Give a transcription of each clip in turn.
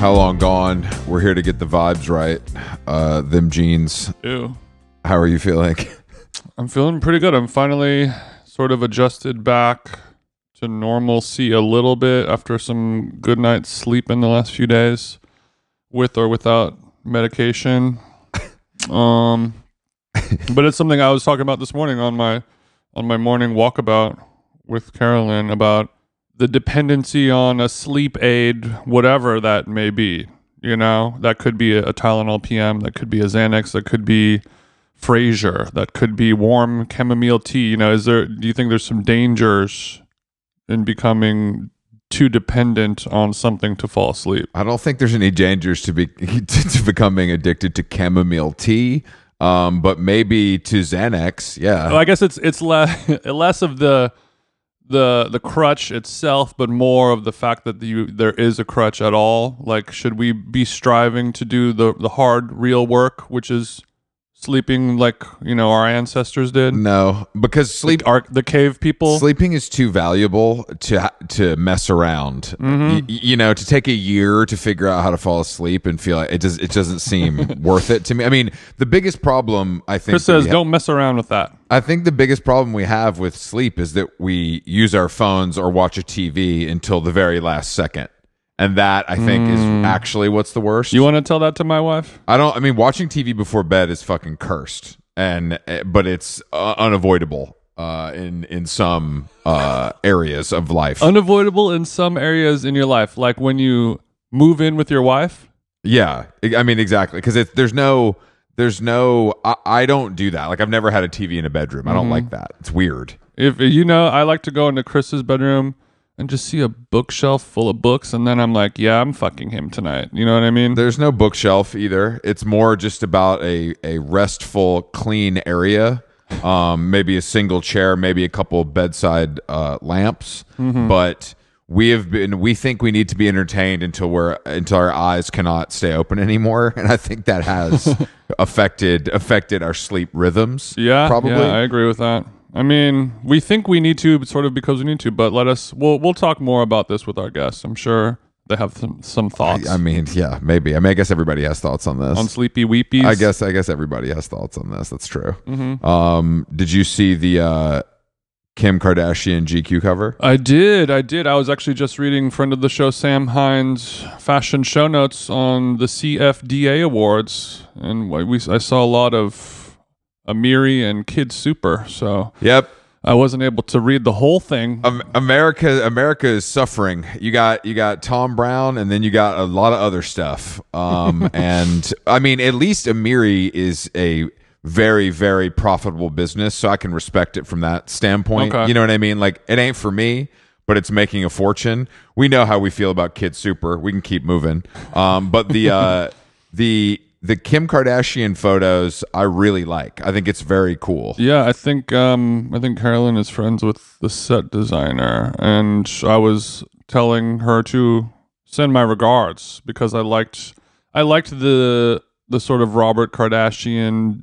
How long gone? We're here to get the vibes right. Uh, them jeans. Ew. How are you feeling? I'm feeling pretty good. I'm finally sort of adjusted back to normalcy a little bit after some good night's sleep in the last few days, with or without medication. Um, but it's something I was talking about this morning on my on my morning walkabout with Carolyn about the dependency on a sleep aid, whatever that may be. You know, that could be a, a Tylenol PM, that could be a Xanax, that could be Fraser, that could be warm chamomile tea. You know, is there? Do you think there's some dangers in becoming too dependent on something to fall asleep? I don't think there's any dangers to be to, to becoming addicted to chamomile tea, um, but maybe to Xanax. Yeah, Well, I guess it's it's less less of the the the crutch itself, but more of the fact that you there is a crutch at all. Like, should we be striving to do the the hard real work, which is sleeping like you know our ancestors did, no, because sleep our the cave people. sleeping is too valuable to to mess around. Mm-hmm. Y- you know, to take a year to figure out how to fall asleep and feel like it does it doesn't seem worth it to me. I mean, the biggest problem I think Chris that we says, ha- don't mess around with that. I think the biggest problem we have with sleep is that we use our phones or watch a TV until the very last second. And that I think is actually what's the worst. Hmm. You want to tell that to my wife? I don't I mean watching TV before bed is fucking cursed and eh, but it's uh, unavoidable uh in in some uh areas of life. Unavoidable in some areas in your life, like when you move in with your wife. Yeah, I I mean exactly because there's no there's no I, I don't do that. Like I've never had a TV in a bedroom. I don't Mm-hmm. like that. It's weird. If you know, I like to go into Chris's bedroom and just see a bookshelf full of books, and then I'm like, yeah, I'm fucking him tonight. You know what I mean? There's no bookshelf either. It's more just about a a restful, clean area. Um, maybe a single chair, maybe a couple bedside uh, lamps, Mm-hmm. but. We have been. We think we need to be entertained until we're until our eyes cannot stay open anymore, and I think that has affected affected our sleep rhythms. yeah, probably. Yeah, I agree with that. I mean, we think we need to, but sort of because we need to. But let us. We'll we'll talk more about this with our guests. I'm sure they have some some thoughts I mean, yeah, maybe. I mean, I guess everybody has thoughts on this. on sleepy weepies. I guess I guess everybody has thoughts on this. That's true. Um, did you see the uh, Kim Kardashian GQ cover? I did. I did. I was actually just reading friend of the show Sam Hines' fashion show notes on the CFDA awards, and we I saw a lot of Amiri and Kid Super, so Yep. I wasn't able to read the whole thing. Um, America America is suffering. You got you got Tom Brown and then you got a lot of other stuff. Um, and I mean, at least Amiri is a very very profitable business, so I can respect it from that standpoint. Okay. You know what I mean? Like it ain't for me, but it's making a fortune. We know how we feel about Kid Super. We can keep moving. Um, but the uh, the the Kim Kardashian photos I really like. I think it's very cool. Yeah, I think um, I think Carolyn is friends with the set designer, and I was telling her to send my regards because I liked I liked the the sort of Robert Kardashian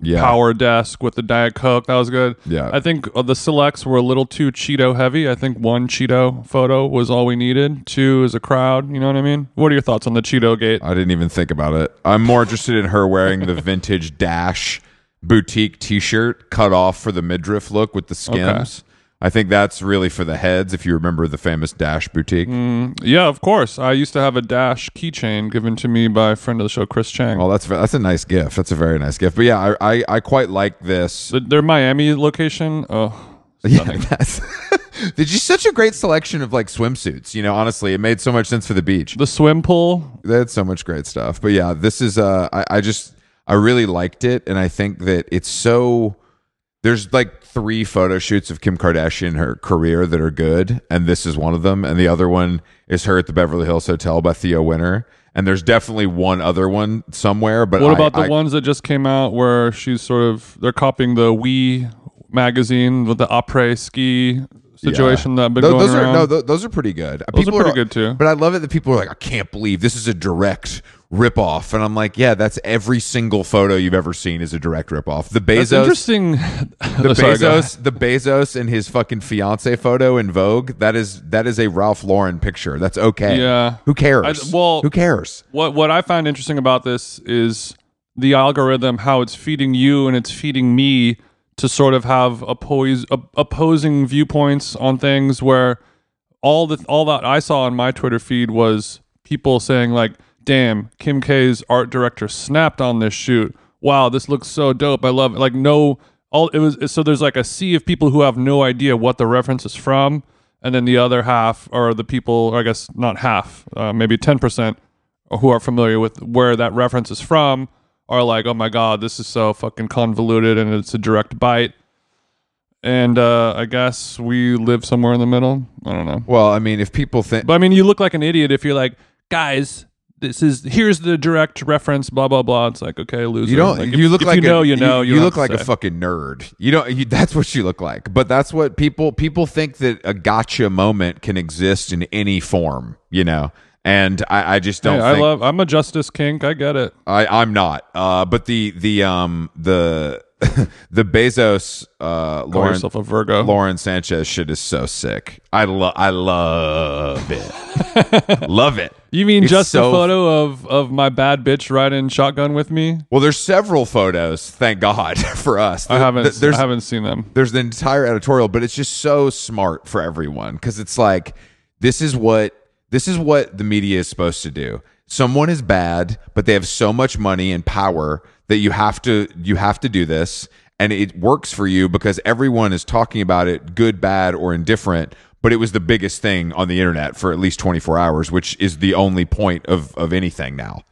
Yeah. power desk with the Diet Coke. That was good. Yeah. I think uh, the selects were a little too Cheeto heavy. I think one Cheeto photo was all we needed. Two is a crowd. You know what I mean? What are your thoughts on the Cheeto Gate? I didn't even think about it. I'm more interested in her wearing the vintage dash boutique t-shirt cut off for the midriff look with the skims. I think that's really for the heads if you remember the famous dash boutique. Yeah, of course. I used to have a Dash keychain given to me by a friend of the show, Chris Chang. Oh, that's that's a nice gift. That's a very nice gift. But yeah, I I, I quite like this. The- their Miami location. Oh, Yeah, that's Did you such a great selection of like swimsuits? You know, honestly, it made so much sense for the beach. the swim pool. they had so much great stuff. But yeah, this is uh I, I just I really liked it and I think that it's so there's like three photo shoots of Kim Kardashian in her career that are good, and this is one of them. And the other one is her at the Beverly Hills Hotel by Theo Winter. And there's definitely one other one somewhere, but What I- about the I- ones that just came out where she's sort of they're copying the We magazine with the après ski yeah. situation that been Tho- going those around. Are, no, tho- those are pretty good. Those are pretty good, too. But I love it that people are like, I can't believe this is a direct ripoff. And I'm like, yeah, that's every single photo you've ever seen is a direct ripoff. The It's Bezos, interesting. the Oh, sorry, go ahead. Bezos, the Bezos and his fucking fiance photo in Vogue. That is that is a Ralph Lauren picture. That's okay. Yeah. Who cares? I- well- who cares? What what I find interesting about this is the algorithm, how it's feeding you and it's feeding me to sort of have oppose, op- opposing viewpoints on things where all the all that I saw on my Twitter feed was people saying like, "Damn, Kim K's art director snapped on this shoot. Wow, this looks so dope. I love it." Like no all it was so there's like a sea of people who have no idea what the reference is from, and then the other half are the people, or I guess not half, uh, maybe 10% who are familiar with where that reference is from are like, "Oh my god, this is so fucking convoluted and it's a direct bite." And uh, I guess we live somewhere in the middle. I don't know. Well, I mean, if people think But I mean, you look like an idiot if you're like, guys, this is here's the direct reference, blah blah blah. It's like okay, loser. you don't, Like, if- you look if like you a- know, you know. You, don't look have like to a say. fucking nerd. You don't. You, that's what you look like. But that's what people people think that a gotcha moment can exist in any form. You know, and I, I just don't. Hey, I think, love. I'm a justice kink. I get it. I, I'm not. Uh, but the the um the the Bezos uh Call Lauren yourself a Virgo. Lauren Sanchez shit is so sick. I love I love it. love it. You mean It's just so- a photo of of my bad bitch riding shotgun with me? Well, there's several photos. Thank God for us. I haven't. Th- There's I haven't seen them. there's an entire editorial, but it's just so smart for everyone because it's like this is what this is what the media is supposed to do. Someone is bad, but they have so much money and power that you have to you have to do this, and it works for you because everyone is talking about it, good, bad, or indifferent. But it was the biggest thing on the internet for at least 24 hours, which is the only point of of anything now.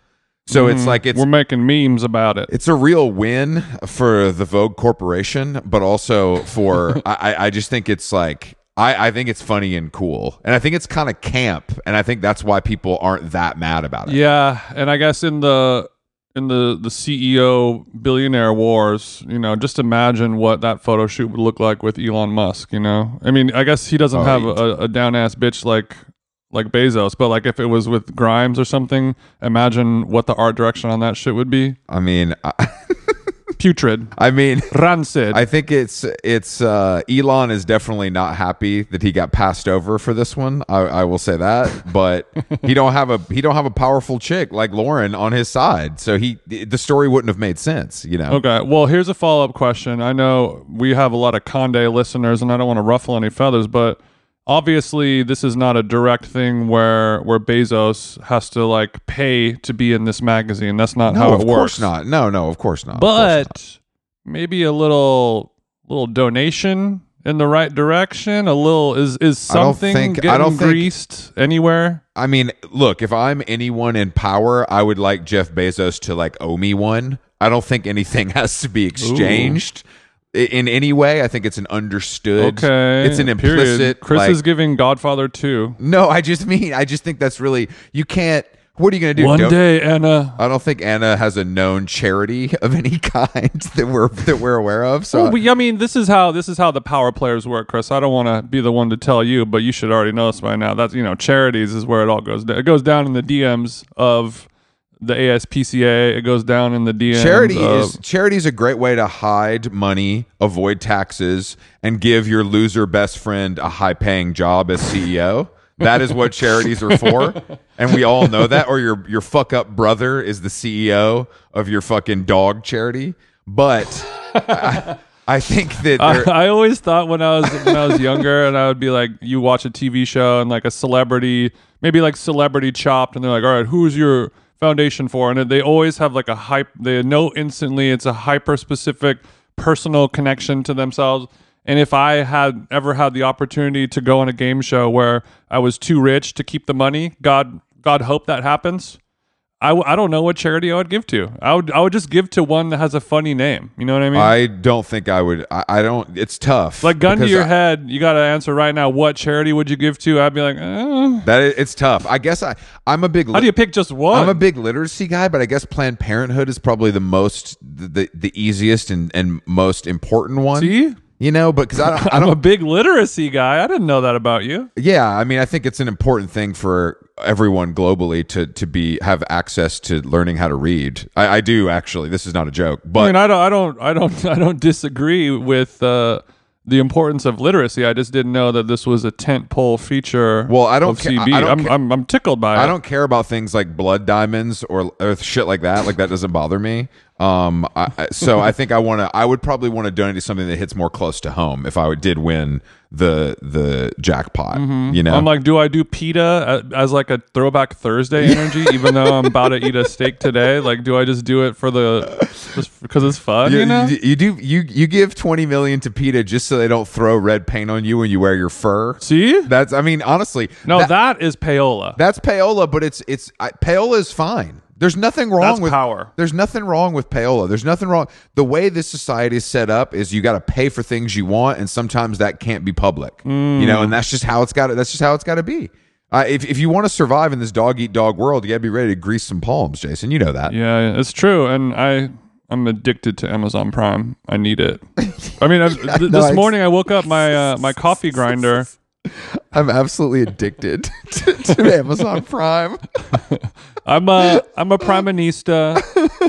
So it's like it's We're making memes about it. it's a real win for the Vogue Corporation, but also for I, I- I just think it's like I, I think it's funny and cool, and I think it's kind of camp, and I think that's why people aren't that mad about it. Yeah, and I guess in the in the the CEO billionaire wars, you know, just imagine what that photo shoot would look like with Elon Musk. You know, I mean, I guess he doesn't Oh, have he- a, a down ass bitch like like Bezos, but like if it was with Grimes or something, imagine what the art direction on that shit would be. I mean, I, Putrid, I mean, rancid. I think it's it's uh, Elon is definitely not happy that he got passed over for this one. I, I will say that, but he don't have a he don't have a powerful chick like Lauren on his side, so he the story wouldn't have made sense, you know. Okay. Well, here's a follow up question. I know we have a lot of Conde listeners, and I don't want to ruffle any feathers, but obviously this is not a direct thing where where Bezos has to like pay to be in this magazine. That's not No, how it of works. course not. No, no, of course not. Of course not. But maybe a little little donation in the right direction. A little is is I don't something think- I getting don't think- greased anywhere. I mean, look, if I'm anyone in power, I would like Jeff Bezos to like owe me one. I don't think anything has to be exchanged i- in any way. I think it's an understood. Okay. It's an period. implicit. Chris like- is giving Godfather two. no, I just mean, I just think that's really, you can't, what are you going to do? One Don't- day, Anna. I don't think Anna has a known charity of any kind that we're that we're aware of. So Well, we, I mean, this is how this is how the power players work, Chris. I don't want to be the one to tell you, but you should already know this by now. That's you know, charities is where it all goes. down. It goes down in the DMs of the ASPCA. It goes down in the DMs. charity of- is charity is a great way to hide money, avoid taxes, and give your loser best friend a high paying job as CEO. that is what charities are for, and we all know that. Or your your fuck up brother is the CEO of your fucking dog charity, but. I, I think that there, I, I always thought when I was when I was younger, and I would be like, you watch a TV show and like a celebrity, maybe like Celebrity Chopped, and they're like, all right, who's your foundation for? And they always have like a hype. They know instantly it's a hyper specific personal connection to themselves. And if I had ever had the opportunity to go on a game show where I was too rich to keep the money, God, God, hope that happens. I, w- I don't know what charity I would give to. I would I would just give to one that has a funny name. You know what I mean? I don't think I would. I, I don't. It's tough. Like gun to because your I- head, you got to answer right now. What charity would you give to? I'd be like, eh. That is, it's tough. I guess I. I'm a big. how do you pick just one? I'm a big literacy guy, but I guess Planned Parenthood is probably the most the the easiest and and most important one. See? You know, but because I don't, I I'm a don't. big literacy guy. I didn't know that about you. Yeah, I mean, I think it's an important thing for everyone globally to to be have access to learning how to read. I, I do actually. This is not a joke, I but mean, I don't, I don't, I don't, I don't disagree with uh, the importance of literacy. I just didn't know that this was a tentpole feature. Well, I don't of ca- CB. I don't am ca- I'm, I'm tickled by it. I don't care about things like blood diamonds or, or shit like that. Like that doesn't bother me. Um, I, I- so I think I want to. I would probably want to donate to something that hits more close to home if I would- did win the the jackpot. You know, Mm-hmm. I'm like, do I do pita a- as like a throwback Thursday energy, even though I'm about to eat a steak today? Like, do I just do it for the just because it's fun? You, you, know, you, you do you you give twenty million to PETA just so they don't throw red paint on you when you wear your fur. see? That's I mean honestly, No, that- that is payola. that's payola, but it's it's I, payola is fine. There's nothing wrong That's with power. There's nothing wrong with payola. There's nothing wrong. The way this society is set up is you got to pay for things you want, and sometimes that can't be public. Mm. You know, and that's just how it's got. to That's just how it's got to be. Uh, if if you want to survive in this dog eat dog world, you got to be ready to grease some palms, Jason. You know that. Yeah, it's true, and I I'm addicted to Amazon Prime. I need it. I mean, I've, th- no, this I- morning I woke up my uh, my coffee grinder. I'm absolutely addicted to, to Amazon Prime. I'm a I'm a priminista.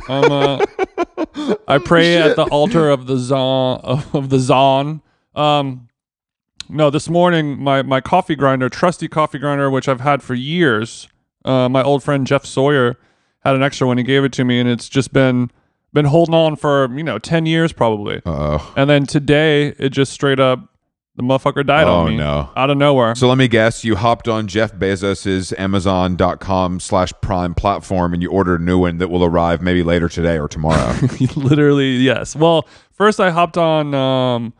I'm a I pray at the altar of the zon of the zon. Um, no, this morning my my coffee grinder, trusty coffee grinder, which I've had for years. Uh, my old friend Jeff Sawyer had an extra when he gave it to me, and it's just been been holding on for you know ten years probably. Oh, And then today it just straight up the motherfucker died Oh, on me. no. Out of nowhere. so let me guess. You hopped on Jeff Bezos's Amazon.com/slash Prime platform, and you ordered a new one that will arrive maybe later today or tomorrow. literally yes well first i hopped on um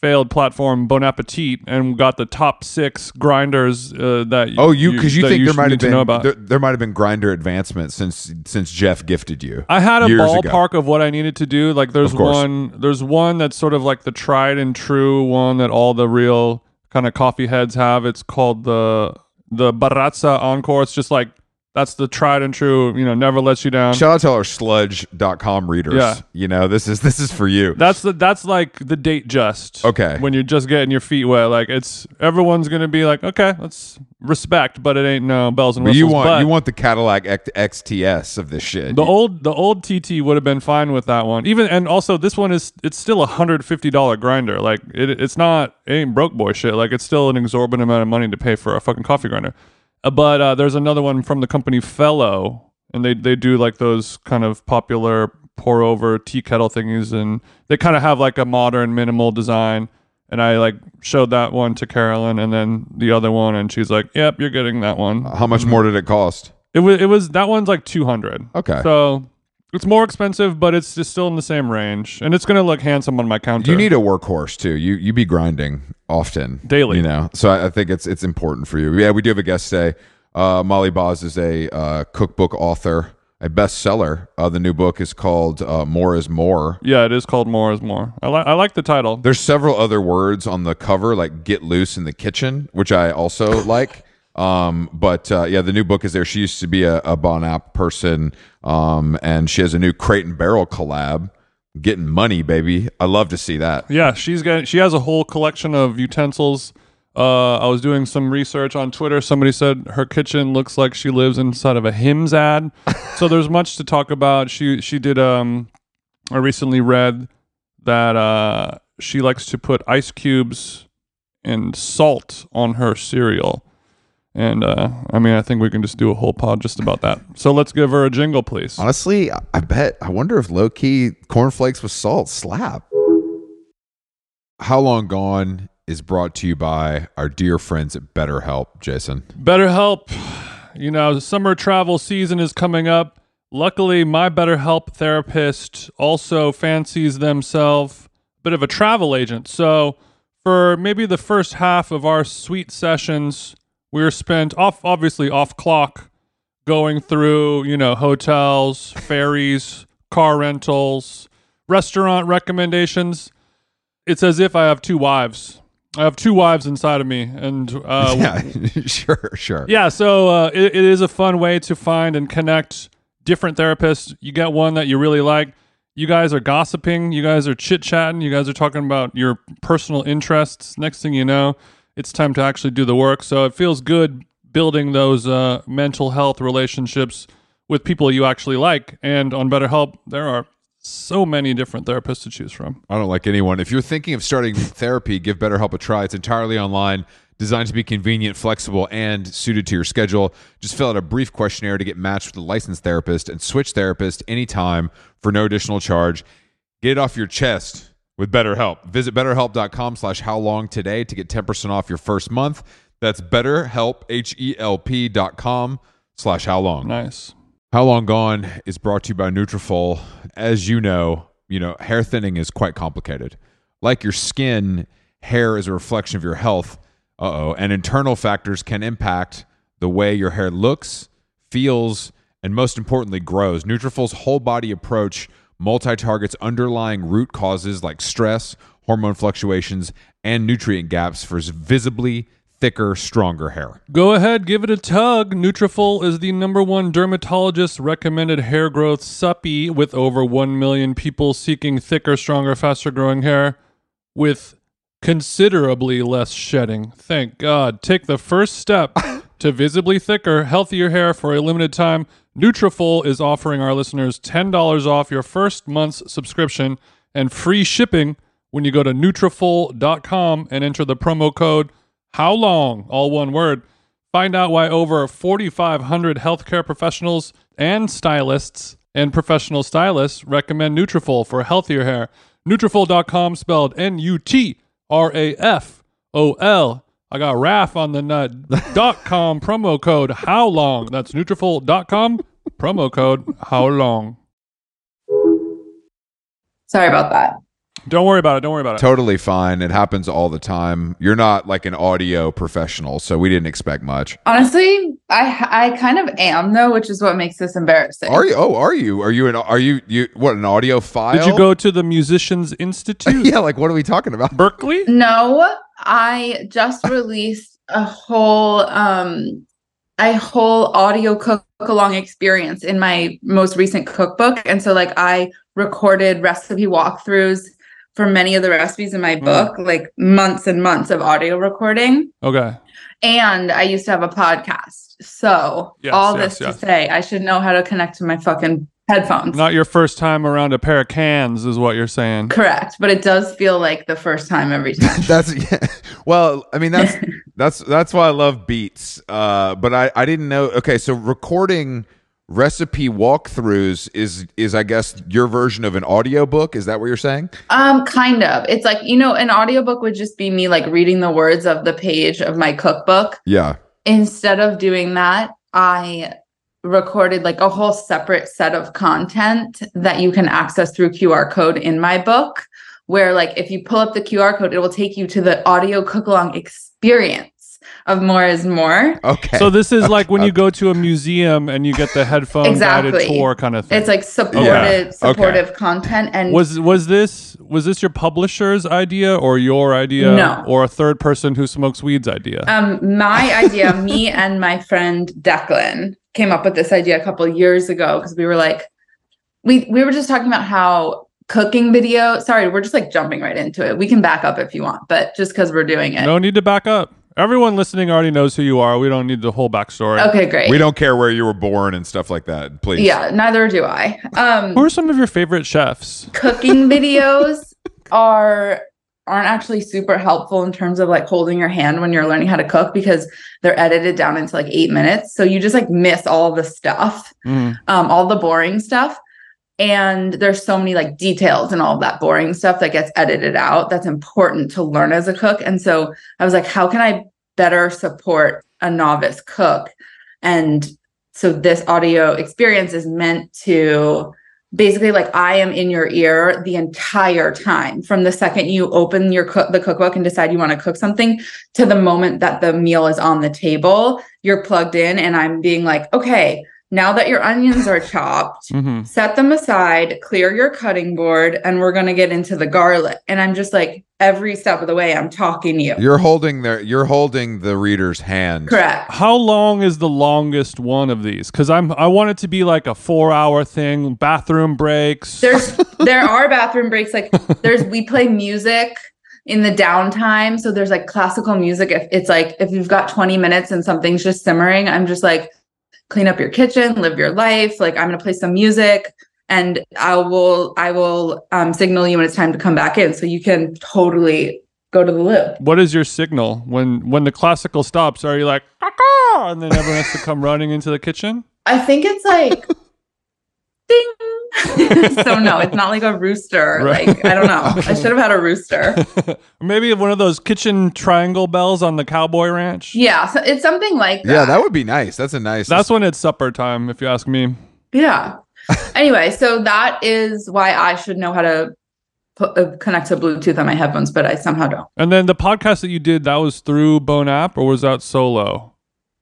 failed platform bon appetit and got the top six grinders uh, that oh, you because you, that think there sh- might need have to been know about there, there might have been grinder advancement since since Jeff gifted you. I had a years ago. ballpark of what I needed to do. Like there's Of course. one there's one that's sort of like the tried and true one that all the real kind of coffee heads have. It's called the the Barazza Encore. It's just like that's the tried and true, you know, never lets you down. Shout out to our sludge.com readers. Yeah. You know, this is this is for you. That's the that's like the date just. Okay. When you're just getting your feet wet, like it's everyone's gonna be like, okay, let's respect, but it ain't no bells and But whistles. you want But you want the Cadillac X- XTS of this shit. the old the old TT would have been fine with that one. Even and also this one is it's still a hundred fifty dollar grinder. Like it, it's not it ain't broke boy shit. Like it's still an exorbitant amount of money to pay for a fucking coffee grinder. Uh, but uh, there's another one from the company Fellow, and they they do like those kind of popular pour over tea kettle thingies, and they kind of have like a modern minimal design. And I like showed that one to Carolyn, and then the other one, and she's like, "Yep, you're getting that one." How much more did it cost? It was it was that one's like two hundred. Okay. So it's more expensive, but it's just still in the same range, and it's gonna look handsome on my counter. You need a workhorse too. You you be grinding often, Daily. You know, so I, I think it's it's important for you. Yeah, we do have a guest today. Uh, Molly Boz is a uh, cookbook author, a bestseller. Uh, the new book is called uh, "More Is More." yeah, it is called More Is More. I like I like the title. There's several other words on the cover, like "get loose in the kitchen," which I also like. Um, but uh, yeah, the new book is there. She used to be a, a Bon App person, um, and she has a new Crate and Barrel collab. Getting money, baby. I love to see that. Yeah, she's got she has a whole collection of utensils. Uh, I was doing some research on Twitter. Somebody said her kitchen looks like she lives inside of a Hims ad. so there's much to talk about. She she did um I recently read that uh she likes to put ice cubes and salt on her cereal. And uh, I mean, I think we can just do a whole pod just about that. So let's give her a jingle, please. Honestly, I- I bet. I wonder if low key cornflakes with salt slap. How long gone is brought to you by our dear friends at BetterHelp, Jason. BetterHelp, you know, summer travel season is coming up. Luckily, my BetterHelp therapist also fancies themselves a bit of a travel agent. So, for maybe the first half of our sweet sessions, we were spent off, obviously off clock, going through, you know, hotels, ferries, car rentals, restaurant recommendations. It's as if I have two wives. I have two wives inside of me, and uh, yeah, sure, sure. yeah, so uh, it, it is a fun way to find and connect different therapists. You get one that you really like. You guys are gossiping. You guys are chit chatting. You guys are talking about your personal interests. Next thing you know, it's time to actually do the work. So it feels good building those uh, mental health relationships with people you actually like. And on BetterHelp, there are so many different therapists to choose from. I don't like anyone. If you're thinking of starting therapy, give BetterHelp a try. It's entirely online, designed to be convenient, flexible, and suited to your schedule. Just fill out a brief questionnaire to get matched with a licensed therapist and switch therapist anytime for no additional charge. Get it off your chest with BetterHelp. Visit betterhelp.com slash how long today to get 10% off your first month. That's betterhelp, H-E-L-P dot com slash how long. Nice. How Long Gone is brought to you by Nutrafol. As you know, you know hair thinning is quite complicated. Like your skin, hair is a reflection of your health. Uh oh, and internal factors can impact the way your hair looks, feels, and most importantly, grows. Nutrafol's whole body approach multi-targets underlying root causes like stress, hormone fluctuations, and nutrient gaps for visibly thicker, stronger hair. Go ahead, give it a tug. Nutrafol is the number one dermatologist recommended hair growth suppy with over 1 million people seeking thicker, stronger, faster growing hair with considerably less shedding. Thank God. Take the first step to visibly thicker, healthier hair for a limited time. Nutrafol is offering our listeners $10 off your first month's subscription and free shipping when you go to Nutrafol.com and enter the promo code how long? All one word. Find out why over 4,500 healthcare professionals and stylists and professional stylists recommend Nutrafol for healthier hair. Nutrafol.com spelled N-U-T-R-A-F-O-L. I got RAF on the nut. dot com promo code how long? That's Nutrafol.com promo code how long? Sorry about that. Don't worry about it. Don't worry about it. Totally fine. It happens all the time. You're not like an audio professional, so we didn't expect much. Honestly, I I kind of am though, which is what makes this embarrassing. Are you? Oh, are you? Are you an? Are you? You what? An audio file? Did you go to the Musicians Institute? yeah. Like, what are we talking about? Berkeley? No, I just released a whole um a whole audio cook along experience in my most recent cookbook, and so like I recorded recipe walkthroughs for many of the recipes in my Mm. book, like months and months of audio recording. Okay. And I used to have a podcast. So, Yes, all yes, this yes. to say, I should know how to connect to my fucking headphones. Not your first time around a pair of cans, is what you're saying. Correct. But it does feel like the first time every time. That's yeah. well. I mean, that's that's that's why I love beats. Uh, but I I didn't know. Okay, so recording recipe walkthroughs is is I guess your version of an audiobook. Is that what you're saying? um, kind of. It's like, you know, an audiobook would just be me like reading the words of the page of my cookbook. Yeah. Instead of doing that, I recorded like a whole separate set of content that you can access through QR code in my book, where like if you pull up the QR code, it will take you to the audio cookalong experience of More is More. Okay. So this is like when you go to a museum and you get the headphone guided Exactly. tour kind of thing. It's like supportive, Yeah. supportive content, and was was this was this your publisher's idea or your idea No. or a third person who smokes weeds idea? um, my idea, me and my friend Declan came up with this idea a couple years ago because we were like, we we were just talking about how cooking video. Sorry, we're just like jumping right into it. We can back up if you want, but just because we're doing it. no need to back up. Everyone listening already knows who you are. We don't need the whole backstory. Okay, great. we don't care where you were born and stuff like that. Please. Yeah, neither do I. Um, Who are some of your favorite chefs? cooking videos are aren't actually super helpful in terms of like holding your hand when you're learning how to cook because they're edited down into like eight minutes. So you just like miss all the stuff, Mm. um, all the boring stuff. And there's so many like details and all of that boring stuff that gets edited out that's important to learn as a cook. And so I was like, how can I better support a novice cook? And so this audio experience is meant to basically like I am in your ear the entire time from the second you open your cook the cookbook and decide you want to cook something to the moment that the meal is on the table you're plugged in and I'm being like okay now that your onions are chopped Mhm. set them aside clear your cutting board and we're going to get into the garlic and I'm just like every step of the way I'm talking to you You're holding their. You're holding the reader's hand. correct How long is the longest one of these? Because I'm I want it to be like a four hour thing, bathroom breaks. there's there are bathroom breaks like there's we play music in the downtime. So there's like classical music. If it's like if you've got 20 minutes and something's just simmering, I'm just like, clean up your kitchen, live your life. Like I'm gonna play some music and I will I will um, signal you when it's time to come back in. So you can totally go to the loop. What is your signal when when the classical stops? Are you like "Caw-caw," and then everyone has to come running into the kitchen? I think it's like ding. so no, it's not like a rooster. Right. Like I don't know. I should have had a rooster. Maybe one of those kitchen triangle bells on the cowboy ranch. Yeah, so it's something like that. Yeah, that would be nice. That's a nice. That's when it's supper time, if you ask me. Yeah. anyway, so that is why I should know how to put, uh, connect to Bluetooth on my headphones, but I somehow don't. And then the podcast that you did, that was through Bone App, or was that solo,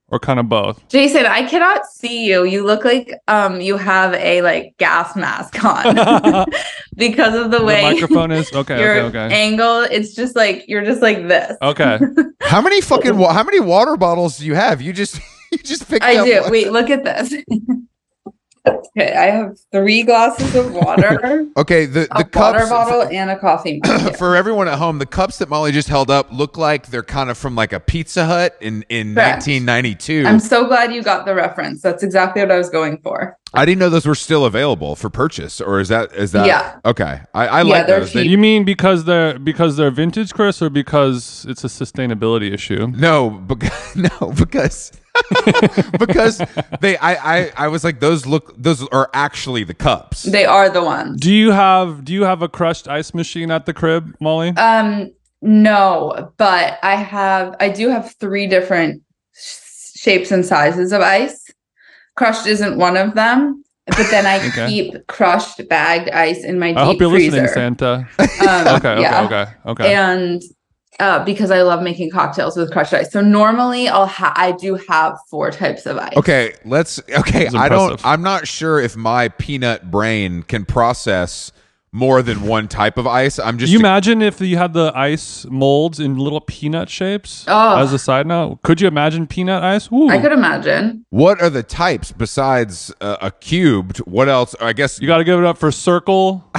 or kind of both? Jason, I cannot see you. You look like um you have a like gas mask on the because of the way microphone is okay. your Okay. Okay. angle. It's just like you're just like this. Okay. how many fucking wa- how many water bottles do you have? You just you just picked I up. do. one. Wait, look at this. okay, I have three glasses of water, Okay, the a the water cups bottle, and a coffee mug. Yeah. for everyone at home. The cups that Molly just held up look like they're kind of from like a Pizza Hut in in Correct. 1992. I'm so glad you got the reference. That's exactly what I was going for. I didn't know those were still available for purchase, or is that is that Yeah. okay? I, I Yeah, like they're those. cheap. you mean because they're because they're vintage, Chris, or because it's a sustainability issue? No, because no, because because they I, I I was like those look those are actually the cups. They are the ones. Do you have do you have a crushed ice machine at the crib, Molly? Um, no, but I have, I do have three different sh- shapes and sizes of ice. Crushed isn't one of them, but then I Okay. keep crushed bagged ice in my deep I hope you're freezer. listening, Santa. Um, Okay, yeah. okay, okay, okay. And uh, because I love making cocktails with crushed ice, so normally I'll ha- I do have four types of ice. Okay, let's okay, That's I don't impressive. I'm not sure if my peanut brain can process more than one type of ice. I'm just you imagine if you had the ice molds in little peanut shapes? Oh. As a side note, could you imagine peanut ice? Ooh, I could imagine. what are the types besides uh, a cubed? What else? I guess you got to give it up for circle,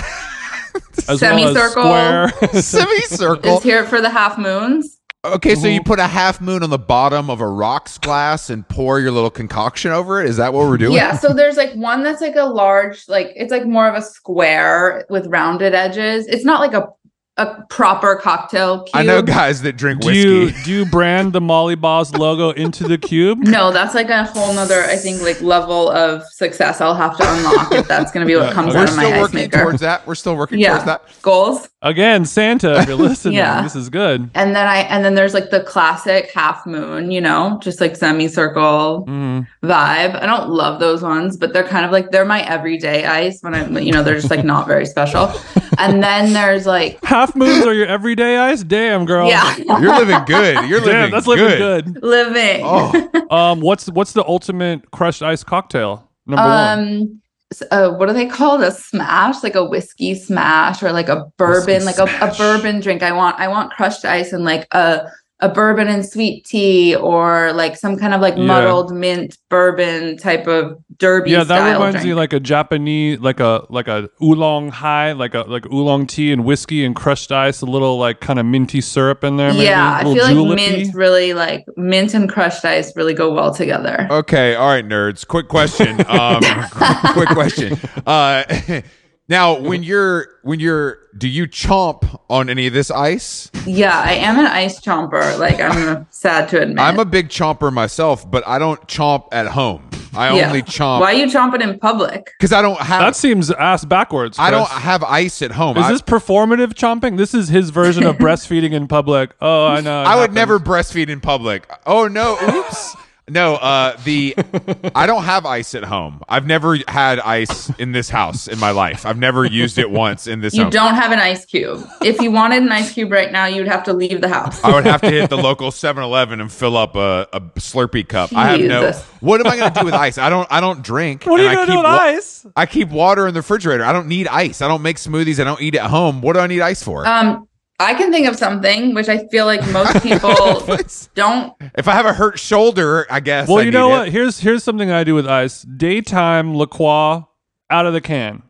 as Semicircle. well as square. semicircle. Just here for the half moons. Okay, so you put a half moon on the bottom of a rocks glass and pour your little concoction over it. Is that what we're doing? Yeah, so there's like one that's like a large, like it's like more of a square with rounded edges. It's not like a a proper cocktail cube. I know guys that drink do whiskey. you do you brand the Molly Boss logo into the cube? No, that's like a whole nother, I think, like level of success I'll have to unlock if that's gonna be Yeah, what comes okay. We're out of my still ice working maker. towards that. We're still working Yeah. towards that. Goals. Again, Santa, if you're listening, Yeah. this is good. And then I and then there's like the classic half moon, you know, just like semicircle Mhm. vibe. I don't love those ones, but they're kind of like they're my everyday ice when I'm you know, they're just like not very special. And then there's like Half moons are your everyday ice. Damn, girl. yeah, You're living good. You're living Damn, that's living good. living. Oh, Um, what's what's the ultimate crushed ice cocktail? Number one. um s- uh, what are they called a smash like a whiskey smash or like a bourbon like a, a smash. bourbon drink i want i want crushed ice and like a a bourbon and sweet tea or like some kind of like Yeah. muddled mint bourbon type of derby Yeah, that style reminds drink. me like a Japanese, like a like a oolong high, like a like oolong tea and whiskey and crushed ice, a little like kind of minty syrup in there. Maybe, yeah i a feel little like julep-y. mint really like mint and crushed ice really go well together Uh, okay. All right, nerds. Quick question. Um, quick, quick question. Uh, now, when you're when you're, do you chomp on any of this ice? yeah i am an ice chomper like i'm sad to admit I'm a big chomper myself, but I don't chomp at home. I Yeah. only chomp why are you chomping in public because I don't have. That seems ass backwards. I don't Chris. have ice at home. Is I, this performative chomping? This is his version of breastfeeding in public. Oh, I know. it I would happens. never breastfeed in public. Oh no! Oops. No, uh, the I don't have ice at home. I've never had ice in this house in my life. I've never used it once in this You home. don't have an ice cube. If you wanted an ice cube right now, you'd have to leave the house. I would have to hit the local 7-Eleven and fill up a, a Slurpee cup. I have no. Jesus. What am I going to do with ice? I don't. I don't drink. What and are you I gonna do keep with wa- ice? I keep water in the refrigerator. I don't need ice. I don't make smoothies. I don't eat at home. What do I need ice for? Um, I can think of something which I feel like most people don't. if I have a hurt shoulder, I guess. Well, I you need know it. what? Here's here's something I do with ice. Daytime La Croix out of the can.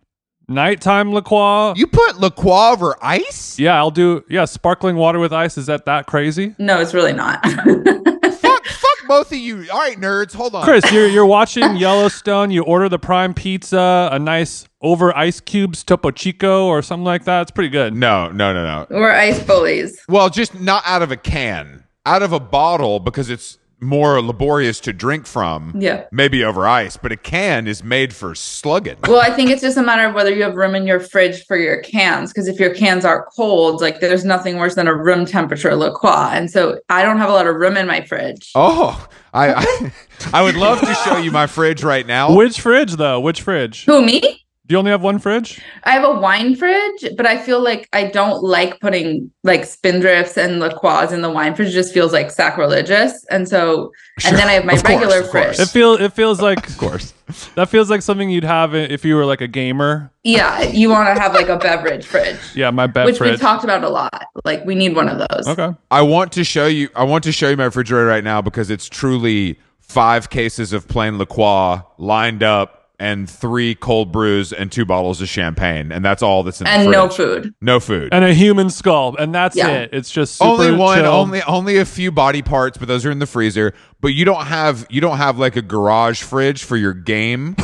Nighttime LaCroix. You put La Croix over ice? yeah, I'll do. Yeah, sparkling water with ice. Is that that crazy? No, it's really not. fuck, fuck both of you. All right, nerds, hold on. Chris, you're you're watching Yellowstone. You order the prime pizza, a nice over ice cubes Topo Chico or something like that. It's pretty good. No, no, no, no. We're ice bullies. Well, just not out of a can, out of a bottle because it's more laborious to drink from. Yeah. Maybe over ice, but a can is made for slugging. Well, I think it's just a matter of whether you have room in your fridge for your cans. Because if your cans are cold, like there's nothing worse than a room temperature La Croix. And so I don't have a lot of room in my fridge. Oh, I, I, I would love to show you my fridge right now. Which fridge though? Which fridge? Do Who, me? you only have one fridge? I have a wine fridge, but I feel like I don't like putting like spindrifts and La Croix in the wine fridge. It just feels like sacrilegious. And so, and then I have my Of course, regular of course. It fridge. feel it feels like Of course. that feels like something you'd have i- if you were like a gamer. Yeah, you want to have like a beverage fridge, Yeah, my bed which we fridge. talked about a lot. Like we need one of those. okay. I want to show you. I want to show you my refrigerator right now because it's truly five cases of plain La Croix lined up, and three cold brews and two bottles of champagne, and that's all that's in And the no fridge. food. No food. And a human skull, and that's Yeah. it. It's just super only one. chill. Only only a few body parts, but those are in the freezer. But you don't have you don't have like a garage fridge for your game.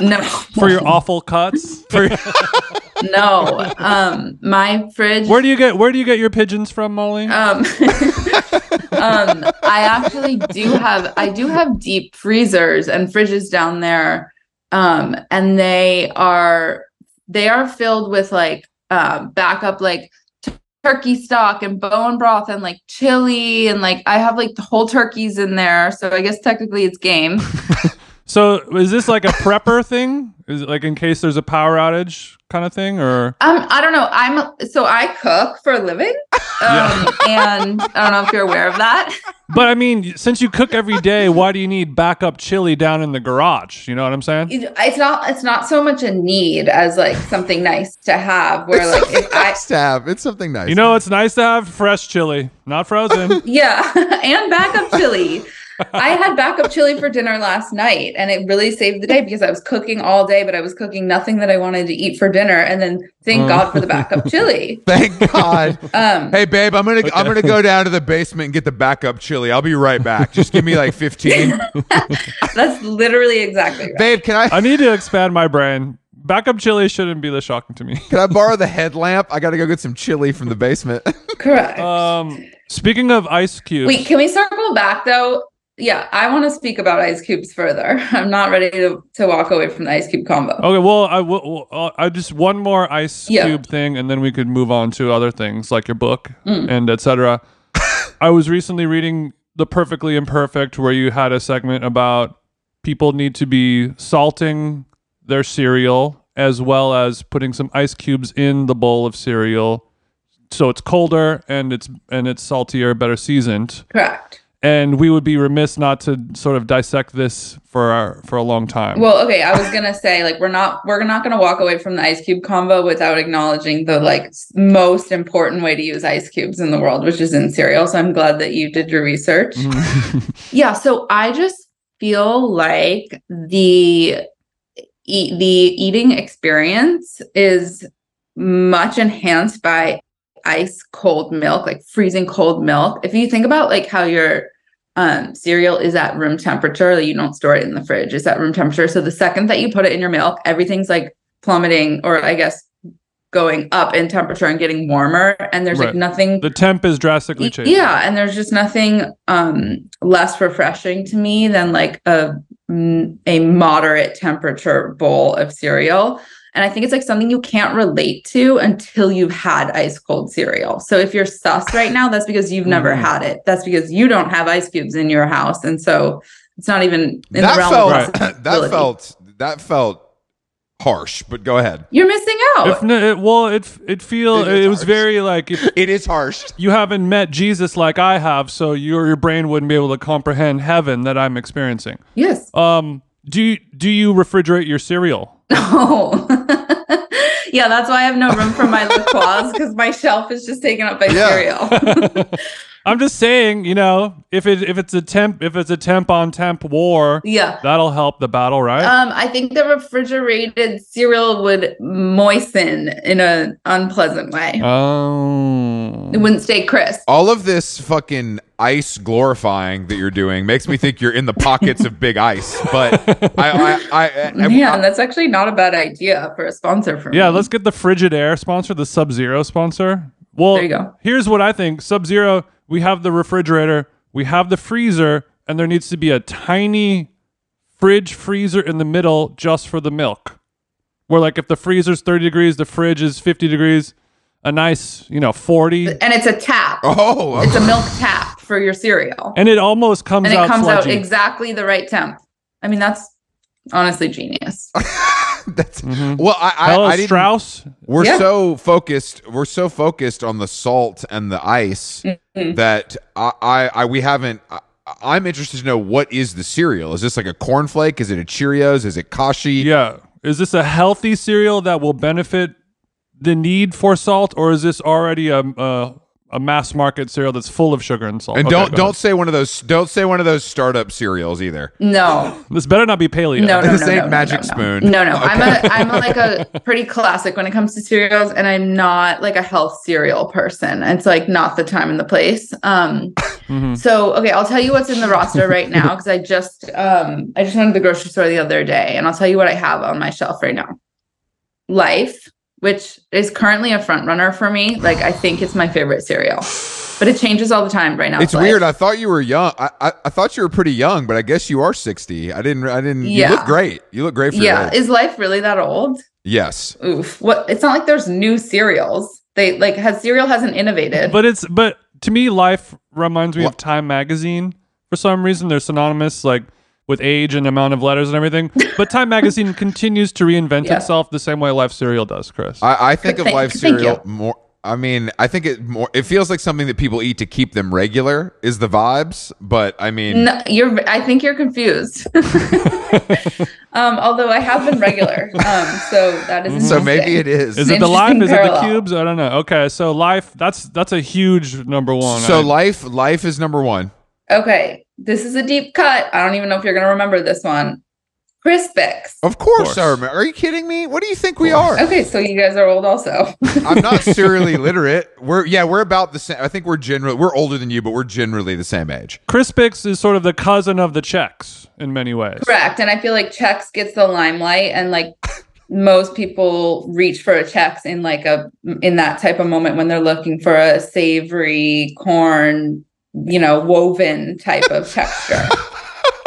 No. for your awful cuts. For your- no. Um, my fridge. where do you get where do you get your pigeons from, Molly? um, um, I actually do have I do have deep freezers and fridges down there, um, and they are they are filled with like um, backup like t- turkey stock and bone broth and like chili and like I have like whole turkeys in there, so I guess technically it's game. So is this like a prepper thing? Is it like in case there's a power outage kind of thing, or Um, I don't know. I'm a- so I cook for a living, um, Yeah. and I don't know if you're aware of that. But I mean, since you cook every day, why do you need backup chili down in the garage? You know what I'm saying? It- it's not it's not so much a need as like something nice to have where like if i Stab. It's something nice. You know, it's nice to have fresh chili, not frozen. yeah and backup chili i had backup chili for dinner last night and it really saved the day because i was cooking all day but i was cooking nothing that i wanted to eat for dinner and then thank god for the backup chili Thank God. um Hey babe, I'm gonna I'm gonna go down to the basement and get the backup chili. I'll be right back. Just give me like 15. that's literally exactly right babe, can I I need to expand my brain. Backup chili shouldn't be this shocking to me. can I borrow the headlamp? I gotta go get some chili from the basement. correct Um, speaking of ice cubes, wait can we circle back though yeah i want to speak about ice cubes further i'm not ready to, to walk away from the ice cube combo okay. Well, I will. will- uh, I just one more ice Yeah. cube thing, and then we could move on to other things like your book Mm. and etc. I was recently reading The Perfectly Imperfect, where you had a segment about people need to be salting their cereal as well as putting some ice cubes in the bowl of cereal so it's colder and it's and it's saltier better seasoned correct and we would be remiss not to sort of dissect this for our, for a long time Well, okay, I was gonna say like we're not we're not gonna walk away from the ice cube combo without acknowledging the like s- most important way to use ice cubes in the world, which is in cereal. So I'm glad that you did your Mm-hmm. research. Yeah, so I just feel like the e- the eating experience is much enhanced by ice cold milk, like freezing cold milk. If you think about like how your um, cereal is at room temperature, like you don't store it in the fridge, it's at room temperature. So the second that you put it in your milk, everything's like plummeting or I guess going up in temperature and getting warmer. And there's Right. like nothing the temp is drastically Y- changing Yeah, and there's just nothing um less refreshing to me than like a mm, a moderate temperature bowl of cereal. And I think it's like something you can't relate to until you've had ice cold cereal. So if you're sus right now, that's because you've never Mhm. had it. That's because you don't have ice cubes in your house, and so it's not even in that the realm felt of Right. that possibility. felt that felt harsh, but go ahead. You're missing out. If, no- it, well, it f- it feel It it, is was harsh. very like if It is harsh. you haven't met Jesus like I have, so your your brain wouldn't be able to comprehend heaven that I'm experiencing. yes. Um, do you, do you refrigerate your cereal? No. yeah, that's why I have no room for my La because my shelf is just taken up by Yeah. cereal. I'm just saying, you know, if it if it's a temp if it's a temp on temp war, Yeah. that'll help the battle, right? Um, I think the refrigerated cereal would moisten in an unpleasant way. oh. it wouldn't stay crisp. uh, All of this fucking ice glorifying that you're doing makes me think you're in the pockets of big ice. But I, I, I, I, Man, that's actually not a bad idea for a sponsor for Yeah, me. let's get the Frigid Air sponsor, the Sub Zero sponsor. Well, There you go. here's what I think Sub Zero, we have the refrigerator, we have the freezer, and there needs to be a tiny fridge freezer in the middle just for the milk. Where, like, if the freezer's 30 degrees, the fridge is 50 degrees, a nice, you know, 40. and it's a tap. oh, It's okay. a milk tap for your cereal, And it almost comes and it out comes out sludgy. exactly the right temp. I mean, that's honestly genius. that's Mhm. well. I, I, Hello, I didn't. Strauss. We're Yeah. so focused. We're so focused on the salt and the ice Mhm. that I, I, I we haven't. I, I'm interested to know what is the cereal. Is this like a cornflake? Is it a Cheerios? Is it Kashi? Yeah. Is this a healthy cereal that will benefit the need for salt, or is this already a a, a mass market cereal that's full of sugar and salt? And Okay, don't go don't say one of those. Don't say one of those startup cereals either. No, ahead. This better not be paleo. no, no, no, This ain't no, no, Magic no, no. Spoon. No, no, I'm a, I'm a, like a pretty classic when it comes to cereals, and I'm not like a health cereal person. It's like not the time and the place. Um, Mhm. So okay, I'll tell you what's in the roster right now because I just um I just went to the grocery store the other day and I'll tell you what I have on my shelf right now. Life, which is currently a front runner for me. Like I think it's my favorite cereal. But it changes all the time right now. It's Life. weird. I thought you were young. I, I I thought you were pretty young, but I guess you are 60. I didn't. I didn't. You Yeah. look great. You look great for yeah. your age. Is life really that old? Yes. Oof. What it's not like there's new cereals. They like has cereal hasn't innovated. But it's but to me, life reminds me Wha- of Time Magazine. For some reason, they're synonymous, like with age and amount of letters and everything. But Time Magazine continues to reinvent Yeah. itself the same way Life cereal does, Chris. I, I think Good of thing- life thank cereal you. more. I mean, I think it more. It feels like something that people eat to keep them regular is the vibes. But I mean, No, you're. I think you're confused. um, although I have been regular, um, so that is so maybe it is. is an it the life? interesting Is it the parallel. cubes? I don't know. Okay, so life. That's that's a huge number one. so I- life, life is number one. okay. This is a deep cut. I don't even know if you're gonna remember this one. Crispix. Of course, course. I remember. Are you kidding me? What do you think we Of course. are? Okay, so you guys are old, also. I'm not serially literate. We're yeah, we're about the same. I think we're generally we're older than you, but we're generally the same age. Crispix is sort of the cousin of the Czechs in many ways. Correct. And I feel like Chex gets the limelight, and like most people reach for a Chex in like a in that type of moment when they're looking for a savory corn, you know, woven type of texture.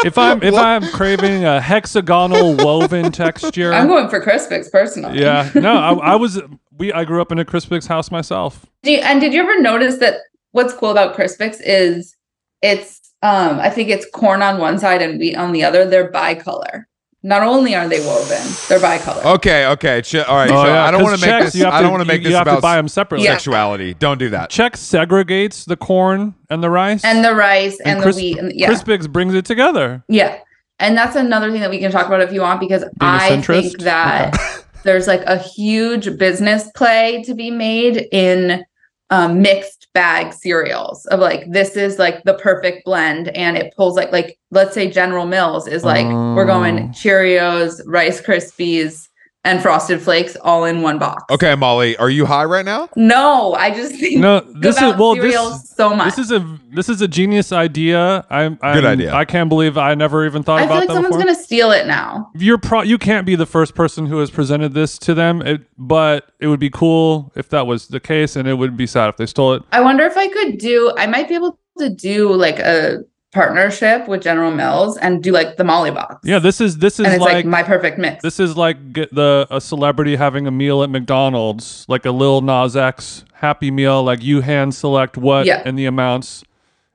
If I'm if I'm craving a hexagonal woven texture, I'm going for Crispix personally. yeah. No, I, I was we I grew up in a Crispix house myself. Do you, and did you ever notice that what's cool about Crispix is it's um I think it's corn on one side and wheat on the other. They're bicolor. Not only are they woven, they're bicolor. Okay, okay. Ch- all right. so I don't Oh, 'cause want to make Czechs, this. I don't want to make you, this you have about to buy them separately. Yeah. sexuality. Don't do that. Czech segregates the corn and the rice, And the rice and, And the crisp- wheat and yeah. Crispix brings it together. Yeah. And that's another thing that we can talk about if you want, because Being a I centrist? think that there's like a huge business play to be made in um, mixed bag cereals of like this is like the perfect blend and it pulls like like let's say General Mills is like we're Oh. going Cheerios, Rice Krispies, and Frosted Flakes all in one box. Okay, Molly, are you high right now? No, I just think No, this is about well cereals this. so much. This is a this is a genius idea. I'm, I'm idea. I can't believe I never even thought I about feel like that someone's before. gonna steal it now. you're pro you can't be the first person who has presented this to them it, but it would be cool if that was the case and it would be sad if they stole it I wonder if I could do. I might be able to do like a partnership with General Mills and do like the Molly box. yeah this is this is and it's like, like, my perfect mix. this is like get the a celebrity having a meal at mcdonald's like a lil nas x happy meal like you hand select what Yeah. and the amounts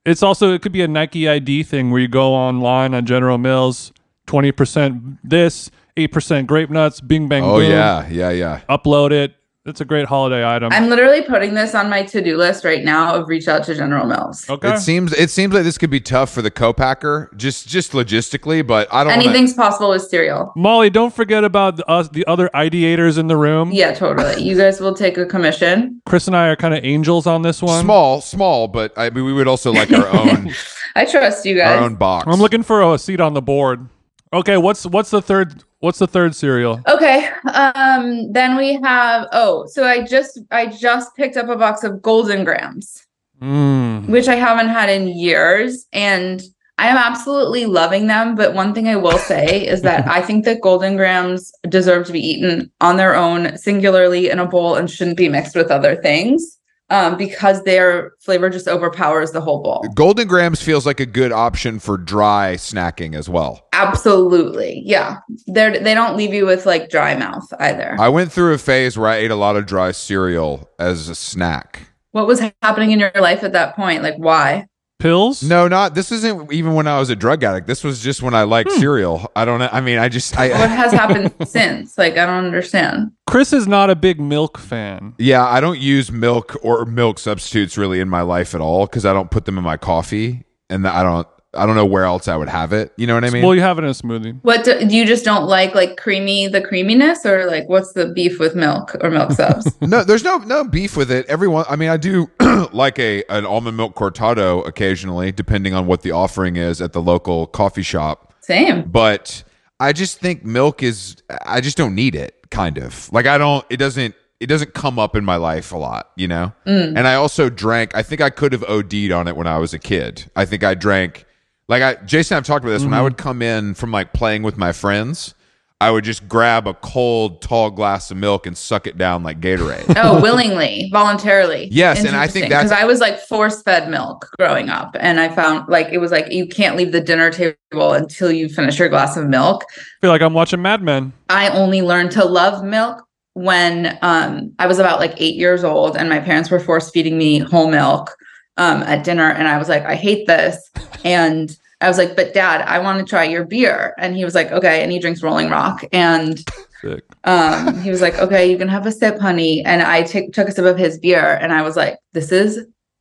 it's also it could be a nike id thing where you go online on general mills 20% this 8% grape nuts bing bang Oh boom, yeah, yeah, yeah. upload it it's a great holiday item. I'm literally putting this on my to do list right now of reach out to General Mills. okay. It seems it seems like this could be tough for the co-packer, just just logistically. But I don't. wanna- Anything's possible with cereal. Molly, don't forget about the, us, the other ideators in the room. Yeah, totally. You guys will take a commission. Chris and I are kind of angels on this one. small, small, but I mean, we would also like our own I trust you our guys. own box. I'm looking for a seat on the board. Okay, what's what's the third what's the third Uh, cereal? Okay. Um then we have oh, so I just I just picked up a box of Golden Grams, Mm. which I haven't had in years and I am absolutely loving them, but one thing I will say is that I think that Golden Grams deserve to be eaten on their own singularly in a bowl and shouldn't be mixed with other things. Um, because their flavor just overpowers the whole bowl. Golden grams feels like a good option for dry snacking as well. Absolutely. Yeah. They're they don't leave you with like dry mouth either. I went through a phase where I ate a lot of dry cereal as a snack. what was happening in your life at that point? Like why? Pills? No, not this isn't even when I was a drug addict. This was just when I liked cereal. I don't know. I mean, I just I what has happened since? Like, I don't understand. Chris is not a big milk fan. yeah, I don't use milk or milk substitutes really in my life at all cuz I don't put them in my coffee and I don't I don't know where else I would have it. You know what I mean? well, you have it in a smoothie. What do you just don't like, like creamy, the creaminess, or like what's the beef with milk or milk subs? No, there's no no beef with it. Everyone, I mean, I do like a an almond milk cortado occasionally, depending on what the offering is at the local coffee shop. Same. But I just think milk is. I just don't need it. Kind of like I don't. It doesn't. It doesn't come up in my life a lot, you know. Mm. And I also drank. I think I could have OD'd on it when I was a kid. I think I drank. Like I, Jason, and I've talked about this. When Mm-hmm. I would come in from like playing with my friends, I would just grab a cold, tall glass of milk and suck it down like Gatorade. Oh, willingly, voluntarily. Yes, and I think that's- because I was like force fed milk growing up, and I found like it was like you can't leave the dinner table until you finish your glass of milk. I feel like I'm watching Mad Men. I only learned to love milk when um, I was about like eight years old, and my parents were force feeding me whole milk um, at dinner, and I was like, I hate this, and I was like, but Dad, I want to try your beer, and he was like, okay, and he drinks Rolling Rock, and Sick. um, he was like, okay, you can have a sip, honey, and I took took a sip of his beer, and I was like, this is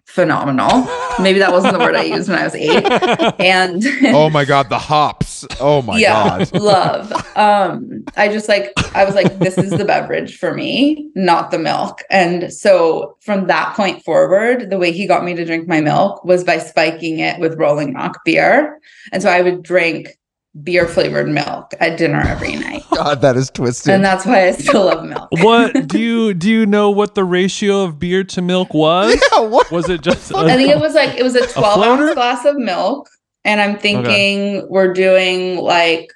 phenomenal. Maybe that wasn't the word I used when I was eight, and oh my god, the hops. Oh my god. love. Um, I just like I was like, this is the beverage for me, not the milk. And so from that point forward, the way he got me to drink my milk was by spiking it with Rolling Rock beer. And so I would drink beer flavored milk at dinner every night, God, that is twisted. and that's why I still love milk. What do you do you know what the ratio of beer to milk was? yeah, what? Was it just I think it was like it was a twelve floater? ounce glass of milk, and I'm thinking we're doing like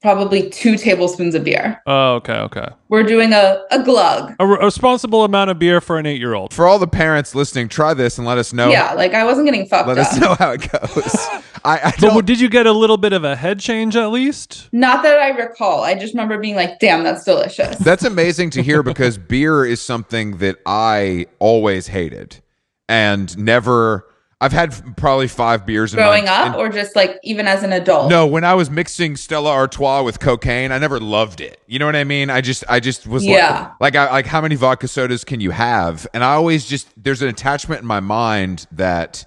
probably two tablespoons of beer. Oh, okay, okay. We're doing a a glug. A, re- a responsible amount of beer for an 8-year-old. For all the parents listening, try this and let us know. Yeah, like I wasn't getting fucked Let up. us know how it goes. I, I But don't. did you get a little bit of a head change at least? Not that I recall. I just remember being like, damn, that's delicious. That's amazing to hear because beer is something that I always hated and never. I've had f- probably five beers in my- Growing in- up or just like even as an adult? no, when I was mixing Stella Artois with cocaine, I never loved it. You know what I mean? I just, I just was Yeah. like, like, I, like how many vodka sodas can you have? And I always just, there's an attachment in my mind that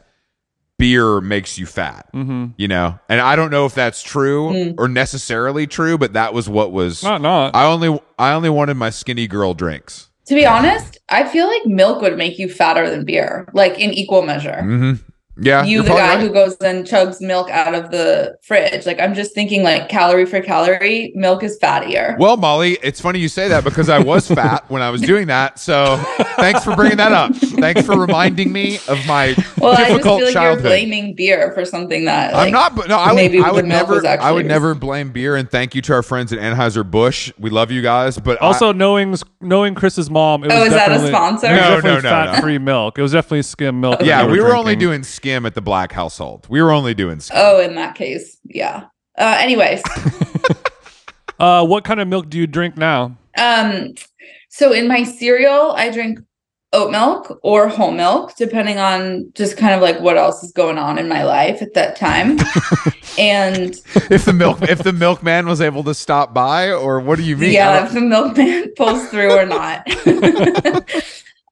beer makes you fat, Mm-hmm. you know? And I don't know if that's true Mm. or necessarily true, but that was what was, Not not. I only, I only wanted my skinny girl drinks. To be honest, I feel like milk would make you fatter than beer, like in equal measure. hmm Yeah. You, you're the probably guy right. who goes and chugs milk out of the fridge. Like, I'm just thinking, like, calorie for calorie, milk is fattier. Well, Molly, it's funny you say that because I was fat when I was doing that. So thanks for bringing that up. Thanks for reminding me of my Well, I just difficult feel like childhood. you're blaming beer for something I'm that. like, not. but No, I maybe would. I the would milk never. was I would actually- never blame beer. And thank you to our friends at Anheuser Busch. We love you guys. But I- Also, knowing knowing Chris's mom, it was Oh, is that a definitely- sponsor? it was No, no, definitely no, no. fat-free milk. It was definitely skim milk. that yeah, they we were only drinking. doing skim at the black household. We were only doing skim. Oh, in that case, yeah. Uh, anyways, Uh, what kind of milk do you drink now? um, so in my cereal, I drink oat milk or whole milk, depending on just kind of like what else is going on in my life at that time. and if the milk if the milkman was able to stop by, or what do you mean? I yeah, don't- if the milkman pulls through or not.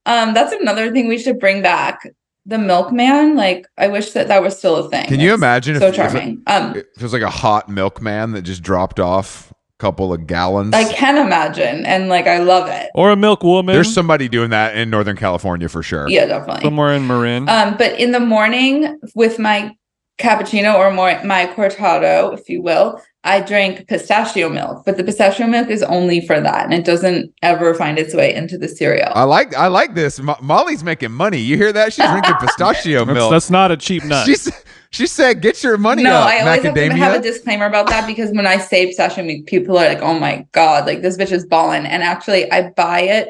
um, that's another thing we should bring back. The milkman, like I wish that that was still a thing. Can you That's imagine if, So if it- charming. Um, if it was like a hot milkman that just dropped off a couple of gallons? I can imagine, and like I love it. Or a milk woman. There's somebody doing that in Northern California for sure. Yeah, definitely. somewhere in Marin. Um, but in the morning with my cappuccino or more my cortado, if you will, I drink pistachio milk. But the pistachio milk is only for that, and it doesn't ever find its way into the cereal. I like I like this. Mo- Molly's making money. You hear that? She's drinking pistachio that's, milk. that's not a cheap nut. She's, she said, "Get your money no, up, I always have uh, to macadamia." have a disclaimer about that because when I say pistachio milk, people are like, "Oh my god, like this bitch is balling." And actually, I buy it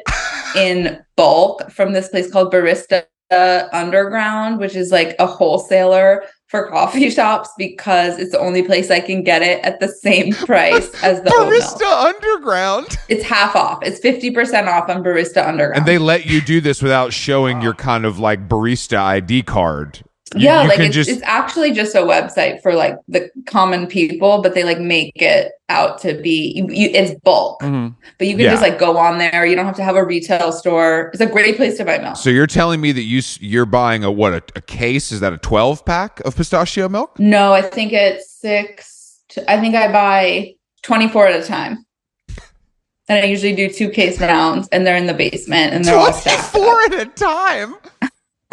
in bulk from this place called Barista Underground, which is like a wholesaler for coffee shops because it's the only place I can get it at the same price as the oat milk. Barista Underground, It's half off. It's fifty percent off on Barista Underground. and they let you do this without showing your kind of like barista ID card. You- yeah, you like can it's, just- it's actually just a website for like the common people, but they like make it out to be you, you, it's bulk. Mhm. But you can Yeah. just like go on there. You don't have to have a retail store. It's a great place to buy milk. So you're telling me that you s- you're buying a what a, a case? Is that a 12 pack of pistachio milk? no, I think it's six. To, I think I buy 24 at a time. And I usually do two case rounds and they're in the basement and they're all stacked. 24 at a time.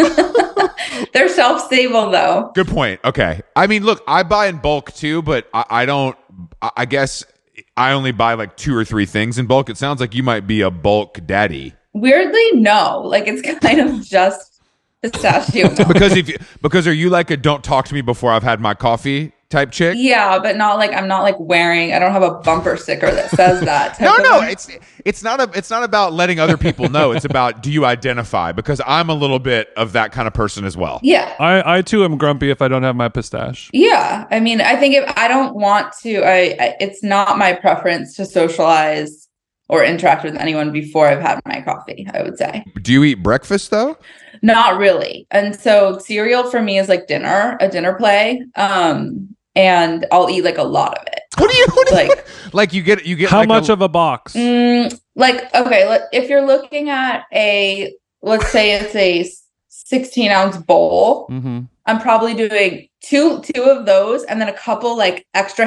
up. They're self stable though. Good point. Okay. I mean, look, I buy in bulk too, but I, I don't. I, I guess I only buy like two or three things in bulk. It sounds like you might be a bulk daddy Weirdly, no. Like it's kind of just pistachio milk. because if you, because are you like a don't talk to me before I've had my coffee type chick? Yeah, but not like I'm not like wearing. I don't have a bumper sticker that says that. type No, of no, thing. it's it's not a, it's not about letting other people know. It's about do you identify? Because I'm a little bit of that kind of person as well. yeah, I, I too am grumpy if I don't have my pistache. yeah. I mean, I think if I don't want to, I, I it's not my preference to socialize or interact with anyone before I've had my coffee. I would say Do you eat breakfast though? not really. And so cereal for me is like dinner, a dinner play. Um, and I'll eat like a lot of it. What do you what do you- Like like? You get you get How like much a, of a box? Mm, like okay, let, if you're looking at a let's say it's a 16 ounce bowl. Mhm. I'm probably doing two two of those and then a couple like extra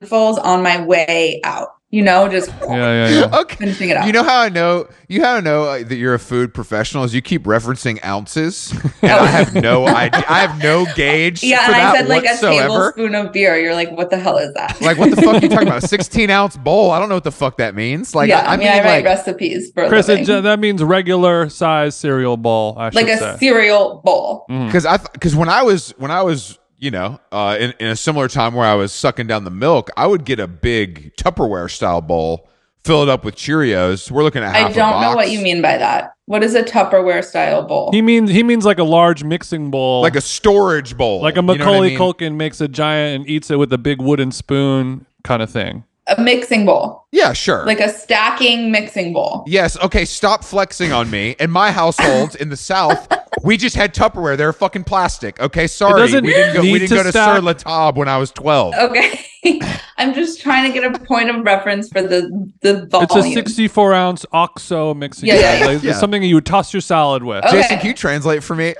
handfuls on my way out. You know, just Yeah, yeah, yeah. okay. finishing it up. You know how I know you how I know uh, that you're a food professional is you keep referencing ounces, and I have no idea. I have no gauge. yeah, for and I that said like whatsoever. a tablespoon of beer. You're like, what the hell is that? Like what the fuck are you talking about? A 16 ounce bowl? I don't know what the fuck that means. Like yeah, I, I mean, I write like recipes for a Chris, it, living. ju- that means regular size cereal bowl. I should like a say. cereal bowl. Mhm. because I because when I was when I was you know uh, in in a similar time where I was sucking down the milk, I would get a big Tupperware style bowl, fill it up with Cheerios. We're looking at half I a don't know what box. you mean by that. What is a Tupperware style bowl? He means he means like a large mixing bowl, Like a storage bowl, like a you know what I Macaulay mean? Culkin makes a giant and eats it with a big wooden spoon kind of thing. a mixing bowl. Yeah, sure. Like a stacking mixing bowl. Yes. Okay. Stop flexing on me. In my household in the South, we just had Tupperware. They're fucking plastic. Okay. Sorry. doesn't we didn't go, we need didn't to go to stack- Sir La Table when I was 12. Okay. I'm just trying to get a point of reference for the the volume. It's a 64 ounce OXO mixing Oh, Yeah, bowl. yeah, Um, yeah. Like, it's Yeah. something you would toss your salad with. Okay. Jason, can you translate for me?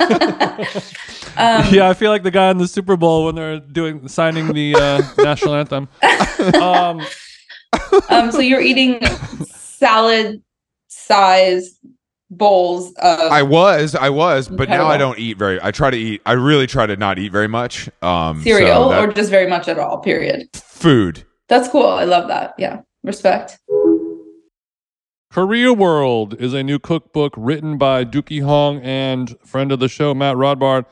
um, Yeah, I feel like the guy in the Super Bowl when they're doing signing the uh, national anthem. Um, um, so you're eating salad size bowls of I was, I was, but now I Incredible. don't eat very. I try to eat. I really try to not eat very much. Um, so cereal that- or just very much at all, period. food. That's cool. I love that. Yeah. Respect. Career World is a new cookbook written by Dookie Hong and friend of the show Matt Rodbard,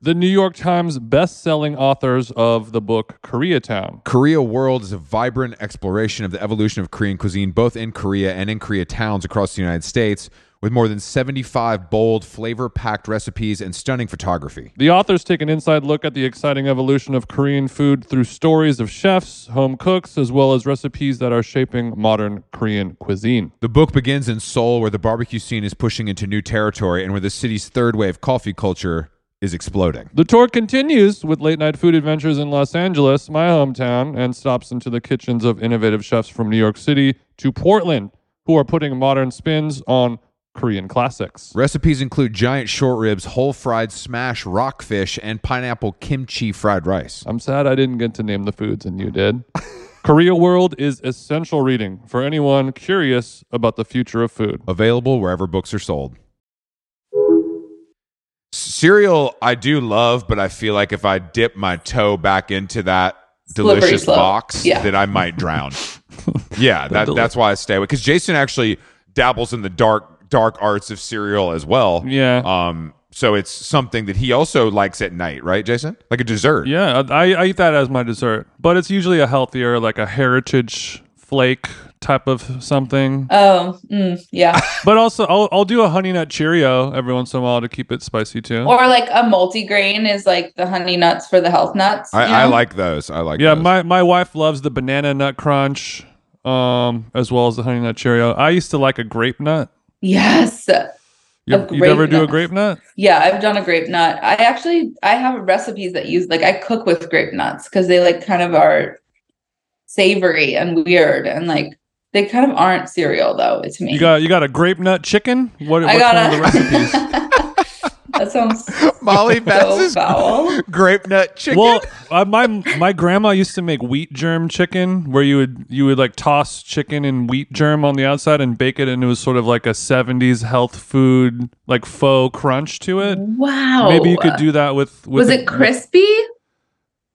the New York Times best-selling authors of the book Koreatown. Korea World is a vibrant exploration of the evolution of Korean cuisine, both in Korea and in Korea towns across the United States. with more than 75 bold, flavor packed recipes and stunning photography. The authors take an inside look at the exciting evolution of Korean food through stories of chefs, home cooks, as well as recipes that are shaping modern Korean cuisine. The book begins in Seoul, where the barbecue scene is pushing into new territory and where the city's third wave coffee culture is exploding. The tour continues with late night food adventures in Los Angeles, my hometown, and stops into the kitchens of innovative chefs from New York City to Portland who are putting modern spins on Korean classics. Recipes include giant short ribs, whole fried smash rockfish, and pineapple kimchi fried rice. I'm sad I didn't get to name the foods and you did. Korea World is essential reading for anyone curious about the future of food. Available wherever books are sold. Cereal, I do love, but I feel like if I dip my toe back into that Slippery delicious slope. box, Yeah. that I might drown. yeah, that, deli- that's why I stay away. Because Jason actually dabbles in the dark dark arts of cereal as well. Yeah. Um. So it's something that he also likes at night, right, Jason? Like a dessert. Yeah, I, I eat that as my dessert, but it's usually a healthier, like a heritage flake type of something. Oh, mm, yeah. But also, I'll, I'll do a honey nut Cheerio every once in a while to keep it spicy too. or like a multigrain is like the honey nuts for the health nuts. I, you know? I like those. I like. Yeah, those. my, my wife loves the banana nut crunch, um, as well as the honey nut Cheerio. I used to like a grape nut. Yes. You, A you never grape do a nut. grape nut? Yeah, I've done a grape nut. I actually I have recipes that use like I cook with grape nuts because they like kind of are savory and weird and like they kind of aren't cereal though to me. You got you got a grape nut chicken? What, I what's got one of the recipes? a That sounds Molly so Batz's foul. grape nut chicken. well, uh, my my grandma used to make wheat germ chicken, where you would you would like toss chicken and wheat germ on the outside and bake it, and it was sort of like a '70s health food, like faux crunch to it. Wow. Maybe you could do that with. with Was a- it crispy?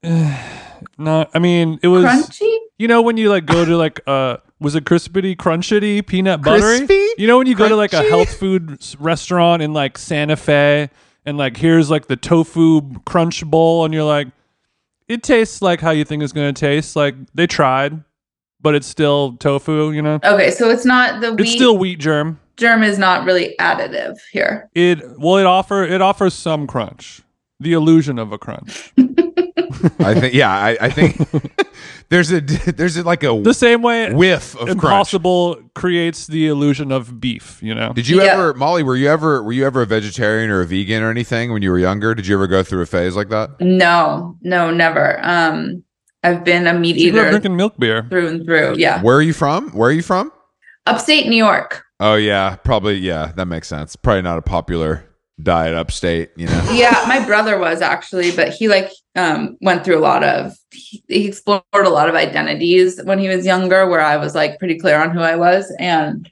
No, I mean it was. Crunchy? You know when you like go to like uh was it crispity crunchity peanut buttery? Crispy? You know when you go to like a Crunchy? health food s- restaurant in like Santa Fe and like here's like the tofu crunch bowl and you're like it tastes like how you think it's going to taste. Like they tried, but it's still tofu, you know? Okay, so it's not the wheat It's still wheat germ. germ is not really additive here. It well it offer it offers some crunch. The illusion of a crunch. I think. Yeah, I, I think there's a there's a, like a The same way whiff of crunch. Impossible creates the illusion of beef, you know. Did you Yeah. ever, Molly? Were you ever were you ever a vegetarian or a vegan or anything when you were younger? Did you ever go through a phase like that? No, no, never. Um I've been a meat You grew up eater drinking milk beer. through and through. Yeah. Where are you from? Where are you from? Upstate New York. Oh yeah, probably yeah. That makes sense. Probably not a popular diet upstate. You know. yeah my brother was actually but he like um went through a lot of he, he explored a lot of identities when he was younger where i was like pretty clear on who i was and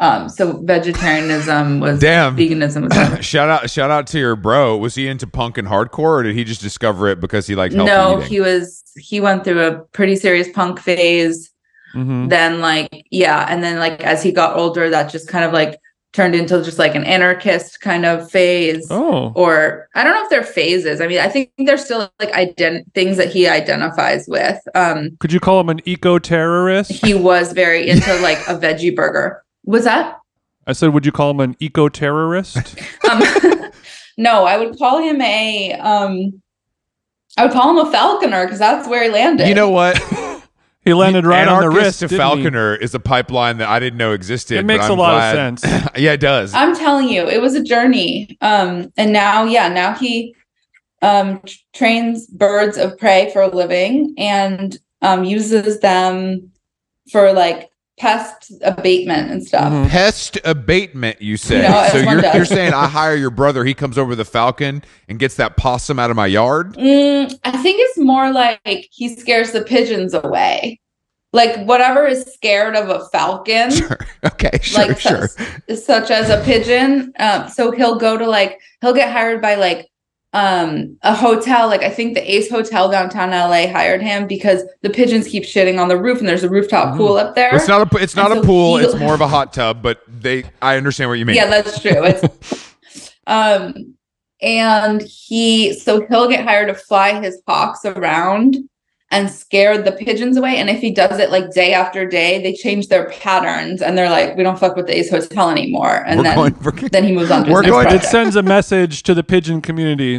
um so vegetarianism was Damn. veganism was never- Shout out! Shout out to your bro. Was he into punk and hardcore, or did he just discover it because he liked healthy no eating? he was he went through a pretty serious punk phase Mm-hmm. then like yeah and then like as he got older that just kind of like turned into just like an anarchist kind of phase Oh, or I don't know if they're phases. I mean, I think they're still like ident- things that he identifies with. Um, could you call him an eco terrorist? he was very into like a veggie burger. Was that? I said, would you call him an eco terrorist? Um, no, I would call him a. Um, I would call him a falconer because that's where he landed. you know what? He landed right on the Anarchist wrist. to didn't he? Falconer is a pipeline that I didn't know existed. It but makes a I'm lot glad- of sense. yeah, it does. I'm telling you, it was a journey. Um, and now, yeah, now he um, t- trains birds of prey for a living and um, uses them for like pest abatement and Mm-hmm. stuff. Mhm. Pest abatement, you say. No, it's so one you're, does. you're saying I hire your brother. He comes over the Falcon and gets that possum out of my yard. Mm, I think it's more like he scares the pigeons away. Like whatever is scared of a falcon, Okay, sure, like sure. such, such as a pigeon. Um, so he'll go to like he'll get hired by like um a hotel. Like I think the Ace Hotel downtown LA hired him because the pigeons keep shitting on the roof and there's a rooftop Mm. Mhm. pool up there. It's not a it's not And a so pool. he- It's more of a hot tub. But they, I understand what you mean. Yeah, that's true. It's um and he so he'll get hired to fly his hawks around and scared the pigeons away. And if he does it like day after day, they change their patterns and they're like, we don't fuck with the Ace Hotel anymore. And We're then going for- then he moves on to We're his next going- It project. sends a message to the pigeon community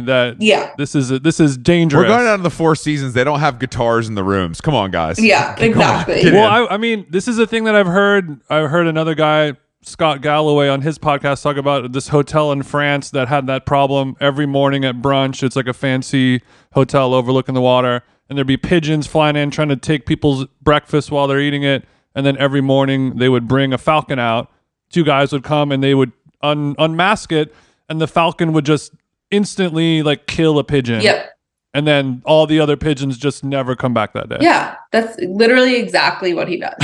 that yeah. this is this is dangerous. We're going out of the Four Seasons. They don't have guitars in the rooms. Come on, guys. Yeah, exactly. well, I, I mean, this is a thing that I've heard. I've heard another guy, Scott Galloway, on his podcast talk about this hotel in France that had that problem every morning at brunch. It's like a fancy hotel overlooking the water, and there'd be pigeons flying in trying to take people's breakfast while they're eating it. And then every morning they would bring a falcon out. Two guys would come and they would un- unmask it, and the falcon would just instantly like kill a pigeon. Yep. And then all the other pigeons just never come back that day. Yeah. That's literally exactly what he does.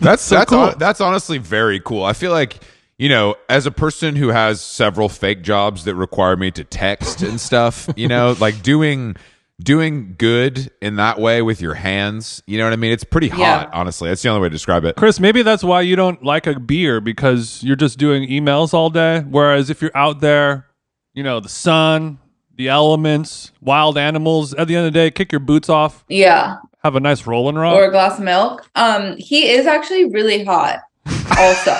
That's that's cool. hon- that's honestly very cool. I feel like you know, as a person who has several fake jobs that require me to text and stuff, you know, like doing doing good in that way with your hands. You know what I mean? It's pretty hot, Yeah. honestly. That's the only way to describe it. Chris, maybe that's why you don't like a beer because you're just doing emails all day. Whereas if you're out there, you know, the sun, the elements, wild animals, at the end of the day, kick your boots off, Yeah. have a nice rolling rock. Or a glass of milk. Um, he is actually really hot also.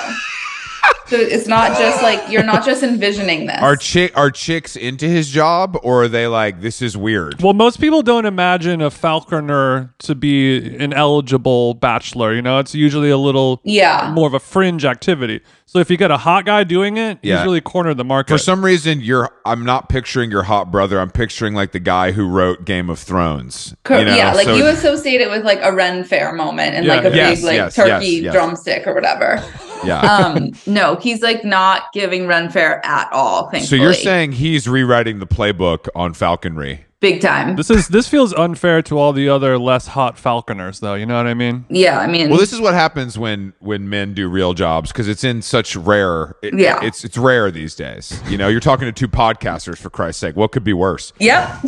so it's not just like you're not just envisioning this. Are chick are chicks into his job or are they like this is weird? well, most people don't imagine a falconer to be an eligible bachelor. You know, it's usually a little yeah. more of a fringe activity. So if you get a hot guy doing it, Yeah. he's really cornered the market. For some reason, you're I'm not picturing your hot brother. I'm picturing like the guy who wrote Game of Thrones. Cor- you know? yeah, like So- you associate it with like a Ren Fair moment and Yeah, like a yes, big like yes, turkey yes, yes. drumstick or whatever. yeah. Um, no, he's like not giving Ren Fair at all. So Thankfully, you're saying he's rewriting the playbook on falconry? big time? this is this feels unfair to all the other less hot falconers though, you know what I mean? yeah, I mean, Well, this is what happens when when men do real jobs because it's in such rare. It, Yeah. it's it's rare these days. You know, you're talking to two podcasters for Christ's sake. What could be worse? yep.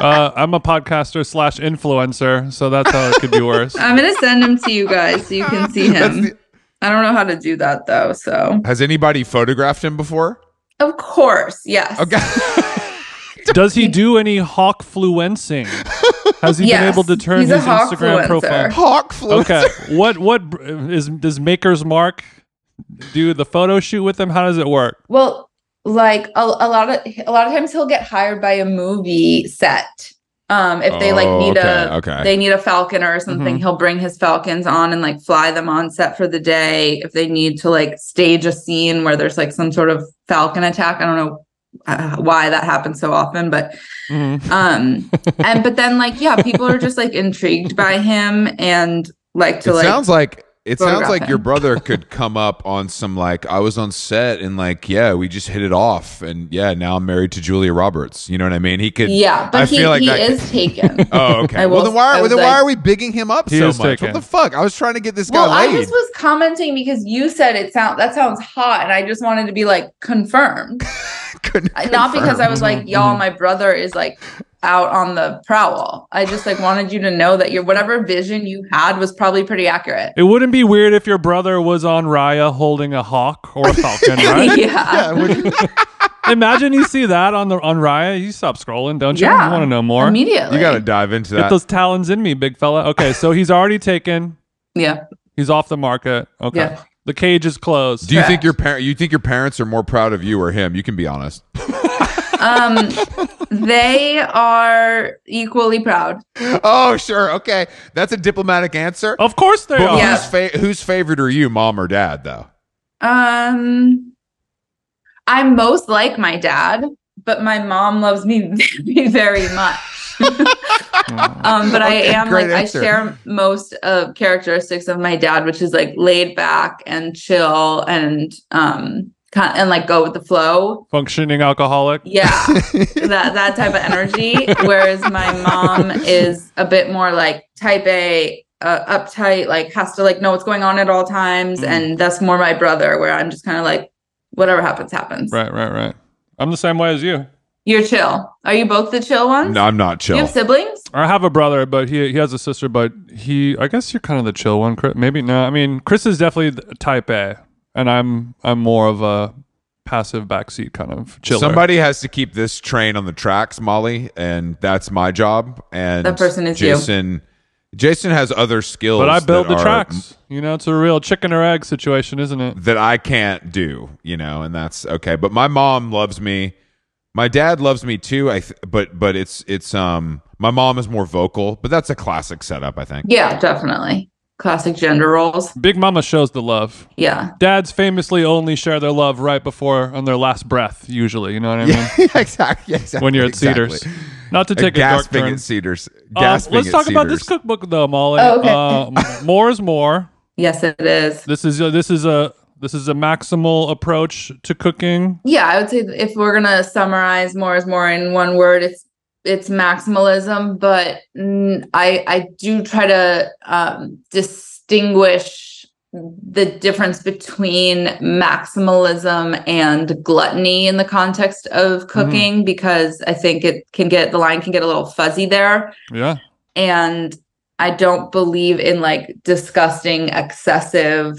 Uh, I'm a podcaster slash influencer, so that's how it could be worse. I'm gonna send him to you guys so you can see him. I don't know how to do that though. So Has anybody photographed him before? of course, yes. Okay. Does he do any hawk fluencing? Has he been Yes, able to turn he's a his Instagram hawkfluencer. profile? Hawk flew. Okay. What what br- is does Maker's Mark do the photo shoot with him? How does it work? Well, like a, a lot of a lot of times he'll get hired by a movie set. Um, if they like Oh, need okay, a okay. they need a falconer or something, Mm-hmm. Mhm. he'll bring his falcons on and like fly them on set for the day. If they need to like stage a scene where there's like some sort of falcon attack, I don't know uh, why that happens so often, but Mhm. um and but then like yeah people are just like intrigued by him and like to it like sounds like it sounds photograph like your him. brother could come up on some like I was on set and like yeah we just hit it off and yeah now I'm married to Julia Roberts. You know what I mean? He could. yeah but I he, feel like he that- is taken Oh, okay. I Well, will- then why I are was then why like- are we bigging him up He so was much? What taken. the fuck? I was trying to get this guy well i laid. just was commenting because you said it sound that sounds hot and i just wanted to be like confirmed Couldn't not because i was Mhm, Mm-hmm. like y'all my brother is like out on the prowl i just like wanted you to know that your whatever vision you had was probably pretty accurate It wouldn't be weird if your brother was on Raya holding a hawk or a falcon, right? Yeah, yeah, would you- Imagine you see that on the on Raya, you stop scrolling, don't you? Yeah. You want to know more? immediately you got to dive into Get that. those talons in me, big fella. Okay, so he's already taken. yeah He's off the market. Okay. Yeah. The cage is closed. Do you think your parent? You think your parents are more proud of you or him? You can be honest. um they are equally proud Oh, sure. Okay, that's a diplomatic answer. of course they But are. Yeah. who's, fa- who's favored are you, mom or dad? Though Um, I'm most like my dad, but my mom loves me very, very much. um, but I Okay, am great like answer. I share most of characteristics of my dad, which is like laid back and chill and um kind and like go with the flow. Functioning alcoholic. Yeah, that that type of energy. Whereas my mom is a bit more like type A. Uh, uptight, like has to like know what's going on at all times, Mm. and that's more my brother, where I'm just kind of like, whatever happens, happens. Right, right, right. I'm the same way as you. You're chill. Are you both the chill ones? no, I'm not You chill. have siblings? I have a brother, but he he has a sister, but he I guess you're kind of the chill one. Chris. Maybe no. I mean, Chris is definitely the type A, and I'm I'm more of a passive backseat kind of chiller. Somebody has to keep this train on the tracks, Molly, and that's my job. And That person is you. Jason. Jason has other skills, But I build that the are- tracks. You know, it's a real chicken or egg situation, isn't it? that I can't do, you know, and that's okay. But my mom loves me. My dad loves me too. I th- but but it's it's um my mom is more vocal, but that's a classic setup, I think. Yeah, definitely. Classic gender roles. Big Mama shows the love. Yeah. Dads famously only share their love right before on their last breath, usually. You know what I mean? Yeah, exactly, exactly. when you're at exactly. Cedars. Not to take a, dark gasping turn. at Cedars. Um, Gasping let's at talk about this Cedars. cookbook though, Molly. Oh, okay. Uh, more is more. Yes, it is. This is a, this is a this is a maximal approach to cooking. Yeah, I would say that if we're gonna summarize more is more in one word, it's it's maximalism, but mm, I I do try to um, distinguish the difference between maximalism and gluttony in the context of cooking because I think it can get the line can get a little fuzzy there. Yeah. and I don't believe in like disgusting, excessive,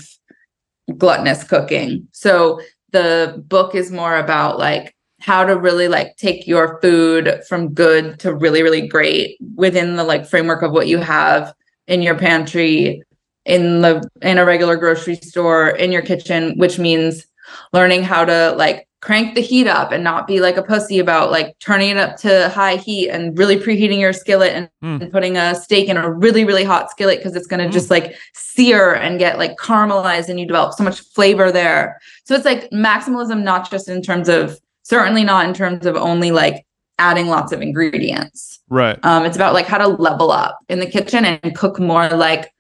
gluttonous cooking. So the book is more about like how to really like take your food from good to really, really great within the like framework of what you have in your pantry, in the in a regular grocery store, in your kitchen, which means learning how to like crank the heat up and not be like a pussy about like turning it up to high heat and really preheating your skillet and and putting a steak in a really really hot skillet because it's going to Mm. just like sear and get like caramelized and you develop so much flavor there so it's like maximalism not just in terms of certainly not in terms of only like adding lots of ingredients Right. um, it's about like how to level up in the kitchen and cook more like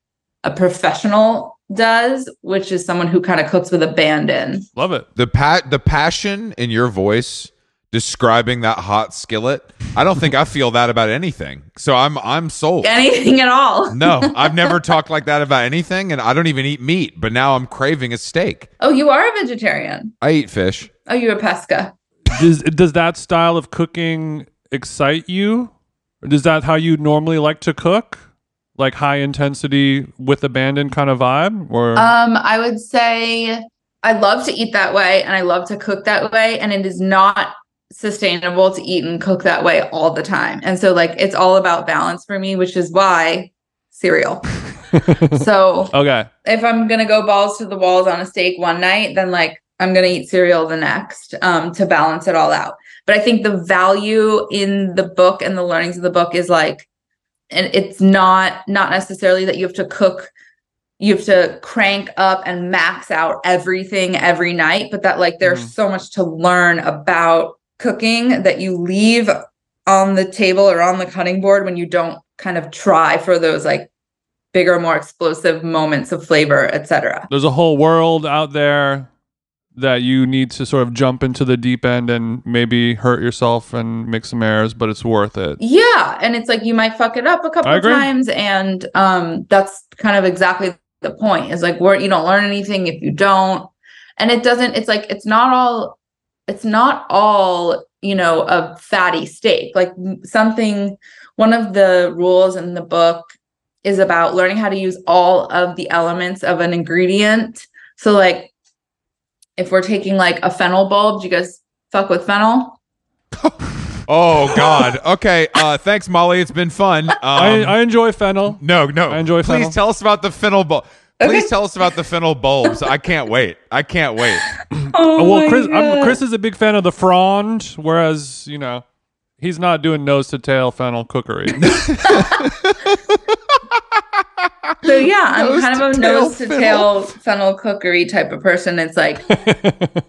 a professional does which is someone who kind of cooks with abandon Love it. The pat the passion in your voice describing that hot skillet. I don't think I feel that about anything. So I'm I'm sold. anything at all No, I've never talked like that about anything, and I don't even eat meat. But now I'm craving a steak. oh you are a vegetarian I eat fish. oh you're a pesca Does does that style of cooking excite you? Or Does that how you normally like to cook? Like high intensity with abandon kind of vibe or Um, I would say I love to eat that way and I love to cook that way. And it is not sustainable to eat and cook that way all the time. And so, like, it's all about balance for me, which is why cereal. so, Okay. if I'm going to go balls to the walls on a steak one night, then like, I'm going to eat cereal the next um, to balance it all out. But I think the value in the book and the learnings of the book is like, and it's not not necessarily that you have to cook you have to crank up and max out everything every night but that like there's Mhm. so much to learn about cooking that you leave on the table or on the cutting board when you don't kind of try for those like bigger more explosive moments of flavor etc There's a whole world out there that you need to sort of jump into the deep end and maybe hurt yourself and make some errors, but it's worth it. yeah and it's like you might fuck it up a couple I agree. times and um that's kind of exactly the point is like where you don't learn anything if you don't and it doesn't it's like it's not all it's not all you know a fatty steak like m- something one of the rules in the book is about learning how to use all of the elements of an ingredient so like if we're taking like a fennel bulb do you guys fuck with fennel Oh God. Okay. Uh, thanks, Molly. It's been fun. Um, I, I enjoy fennel. no, no. I enjoy Please fennel. tell us about the fennel bulb. Please Okay. tell us about the fennel bulbs. I can't wait. I can't wait. oh Uh, well, Chris, I'm, Chris is a big fan of the frond, whereas you know he's not doing nose to tail fennel cookery. So yeah, I'm Nose kind of to a tail nose to tail fennel cookery type of person. It's like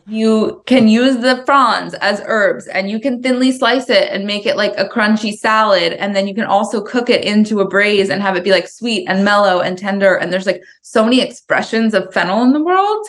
you can use the fronds as herbs and you can thinly slice it and make it like a crunchy salad and then you can also cook it into a braise and have it be like sweet and mellow and tender and there's like so many expressions of fennel in the world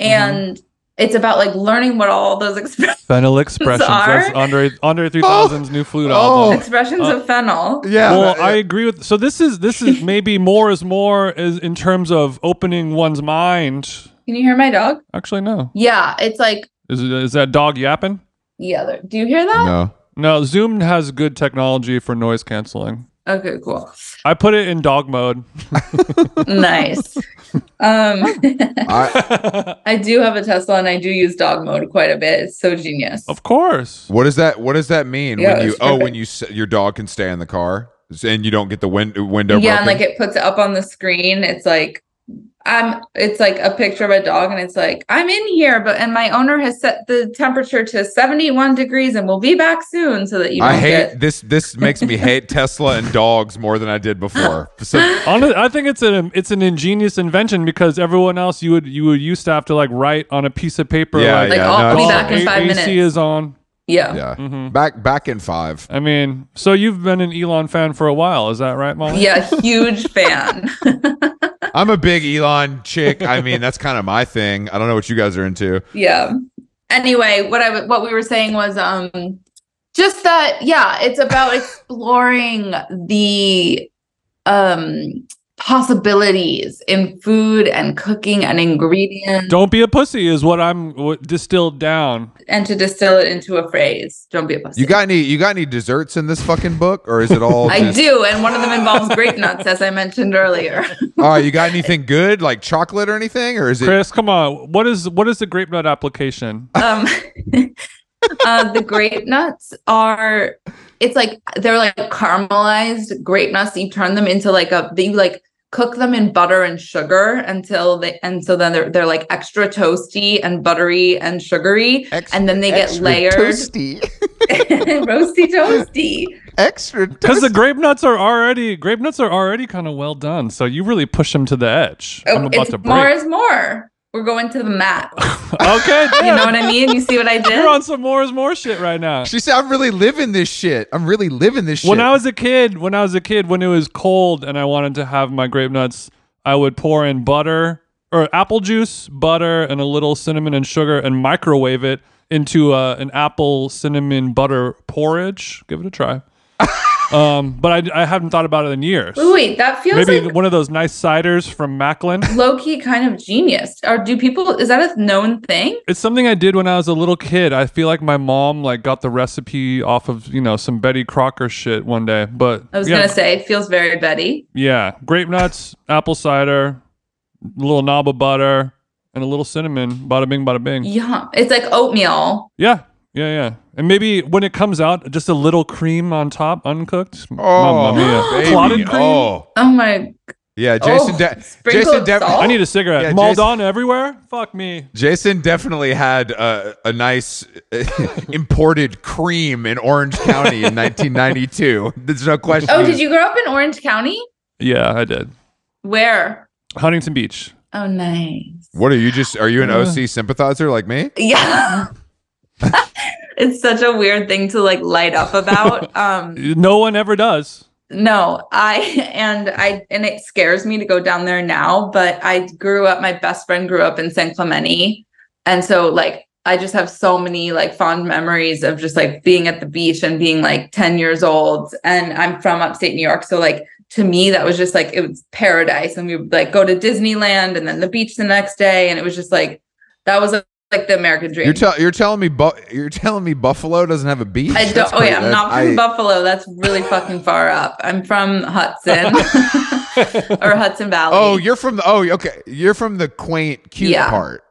Mm-hmm. and it's about like learning what all those expre- fennel expressions. That's Are- Andre Andre 3000's new flute Oh. album. expressions of fennel. Yeah. well, I agree with. So this is this is maybe more is more is in terms of opening one's mind. Can you hear my dog? Actually, no. Yeah, it's like Is it- is that dog yapping? yeah. there- Do you hear that? no. No, Zoom has good technology for noise canceling. Okay, cool. I put it in dog mode. nice. Um, I, I do have a Tesla and I do use dog mode quite a bit. It's so genius. Of course. what does that What does that mean Yeah, when you? it's Oh, perfect. when you s- your dog can stay in the car. and you don't get the win- window. yeah, and broken? like it puts it up on the screen. It's like I'm it's like a picture of a dog and it's like I'm in here, but and my owner has set the temperature to 71 degrees and we'll be back soon so that you don't I hate get this. This makes me hate Tesla and dogs more than I did before. So, Honest, I think it's an it's an ingenious invention because everyone else you would you would used to have to like write on a piece of paper Yeah, like, "Oh, yeah. like I'll no, be it's- back in A- five minutes. AC is on. yeah. yeah, Mhm. back back in five. I mean, so you've been an Elon fan for a while, is that right, Molly? Yeah, huge fan. I'm a big Elon chick. I mean, that's kind of my thing. I don't know what you guys are into. yeah anyway what i w- what we were saying was um just that yeah it's about exploring the um possibilities in food and cooking and ingredients Don't be a pussy is what I'm what distilled down. and to distill it into a phrase don't be a pussy You got any? You got any desserts in this fucking book, or is it all? I just- do, and one of them involves grape nuts, as I mentioned earlier. All right, you got anything good, like chocolate or anything, or is it? Chris, come on. What is what is the grape nut application? Um, uh, the grape nuts are, it's like they're like caramelized grape nuts. You turn them into like a, you like cook them in butter and sugar until they, and so then they're they're like extra toasty and buttery and sugary, Extra, and then they get extra layered, Toasty, roasty toasty. extra. Toasty. Because the grape nuts are already grape nuts are already kind of well done, so you really push them to the edge. I'm Oh, about it's to break. more is more. We're going to the mat. okay, You know damn. what I mean? You see what I did? You're on some more is more shit right now. She said, "I'm really living this shit. I'm really living this shit." When I was a kid, when I was a kid, when it was cold and I wanted to have my grape nuts, I would pour in butter or apple juice, butter, and a little cinnamon and sugar, and microwave it into uh, an apple cinnamon butter porridge. Give it a try. um, but I, I haven't thought about it in years. Ooh, wait, that feels Maybe like one of those nice ciders from Macklin. low key kind of genius. Or do people is that a known thing? It's something I did when I was a little kid. I feel like my mom like got the recipe off of you know some Betty Crocker shit one day. But I was yeah, gonna say it feels very Betty. yeah, grape nuts, apple cider, a little knob of butter, and a little cinnamon. Bada bing, bada bing. Yeah, it's like oatmeal. Yeah, yeah, yeah. And maybe when it comes out, just a little cream on top, uncooked. oh, Mamma mia. baby. clotted cream. Oh, Oh my! yeah, Jason. Oh, De- sprinkled Jason De- salt? I need a cigarette. Yeah, Maldon everywhere. Fuck me. Jason definitely had a, a nice imported cream in Orange County in 1992. There's no question. Oh, did you grow up in Orange County? Yeah, I did. Where? Huntington Beach. Oh, nice. What are you just? Are you an Uh. OC sympathizer like me? Yeah. it's such a weird thing to like light up about. Um, No one ever does. No, I and I and it scares me to go down there now, but I grew up my best friend grew up in San Clemente. And so like I just have so many like fond memories of just like being at the beach and being like 10 years old and I'm from upstate New York, so like to me that was just like it was paradise and we would like go to Disneyland and then the beach the next day and it was just like that was like the American dream. You're, tell, you're telling me bu- you're telling me Buffalo doesn't have a beach. I don't. That's Oh yeah, crazy. I'm not I- from Buffalo. That's really fucking far up. I'm from Hudson or Hudson Valley. Oh, you're from the oh okay. You're from the quaint, cute Yeah. part.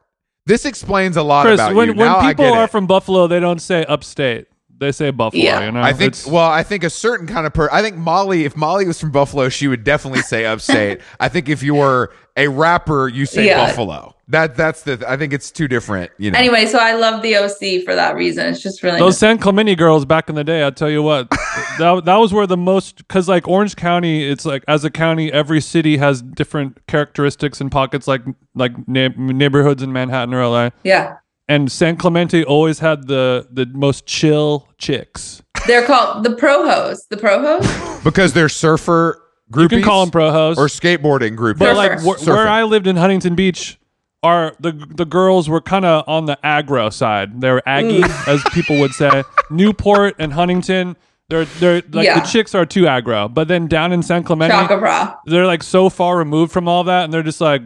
This explains a lot Chris, about when, you. when Now I people get are it. from Buffalo, they don't say upstate. They say Buffalo, Yeah. you know? I think It's- well, I think a certain kind of per. I think Molly, if Molly was from Buffalo, she would definitely say upstate. I think if you were a rapper, you say Yeah. Buffalo. That that's the. I think it's two different. You know. Anyway, so I love the OC for that reason. It's just really those San Clemente girls back in the day, I tell you what, that, that was where the most, because like Orange County, it's like as a county, every city has different characteristics and pockets, like like neigh- neighborhoods in Manhattan or LA. yeah. And San Clemente always had the the most chill chicks. They're called the prohos. The prohos. because they're surfer groupies. You can call them prohos. or skateboarding groupies. But like Surfer. where, Surfer. where I lived in Huntington Beach, are the the girls were kind of on the aggro side. They were aggy, Mm. as people would say. Newport and Huntington, they're they're like Yeah. the chicks are too aggro. But then down in San Clemente, Chaka bra. they're like so far removed from all that, and they're just like,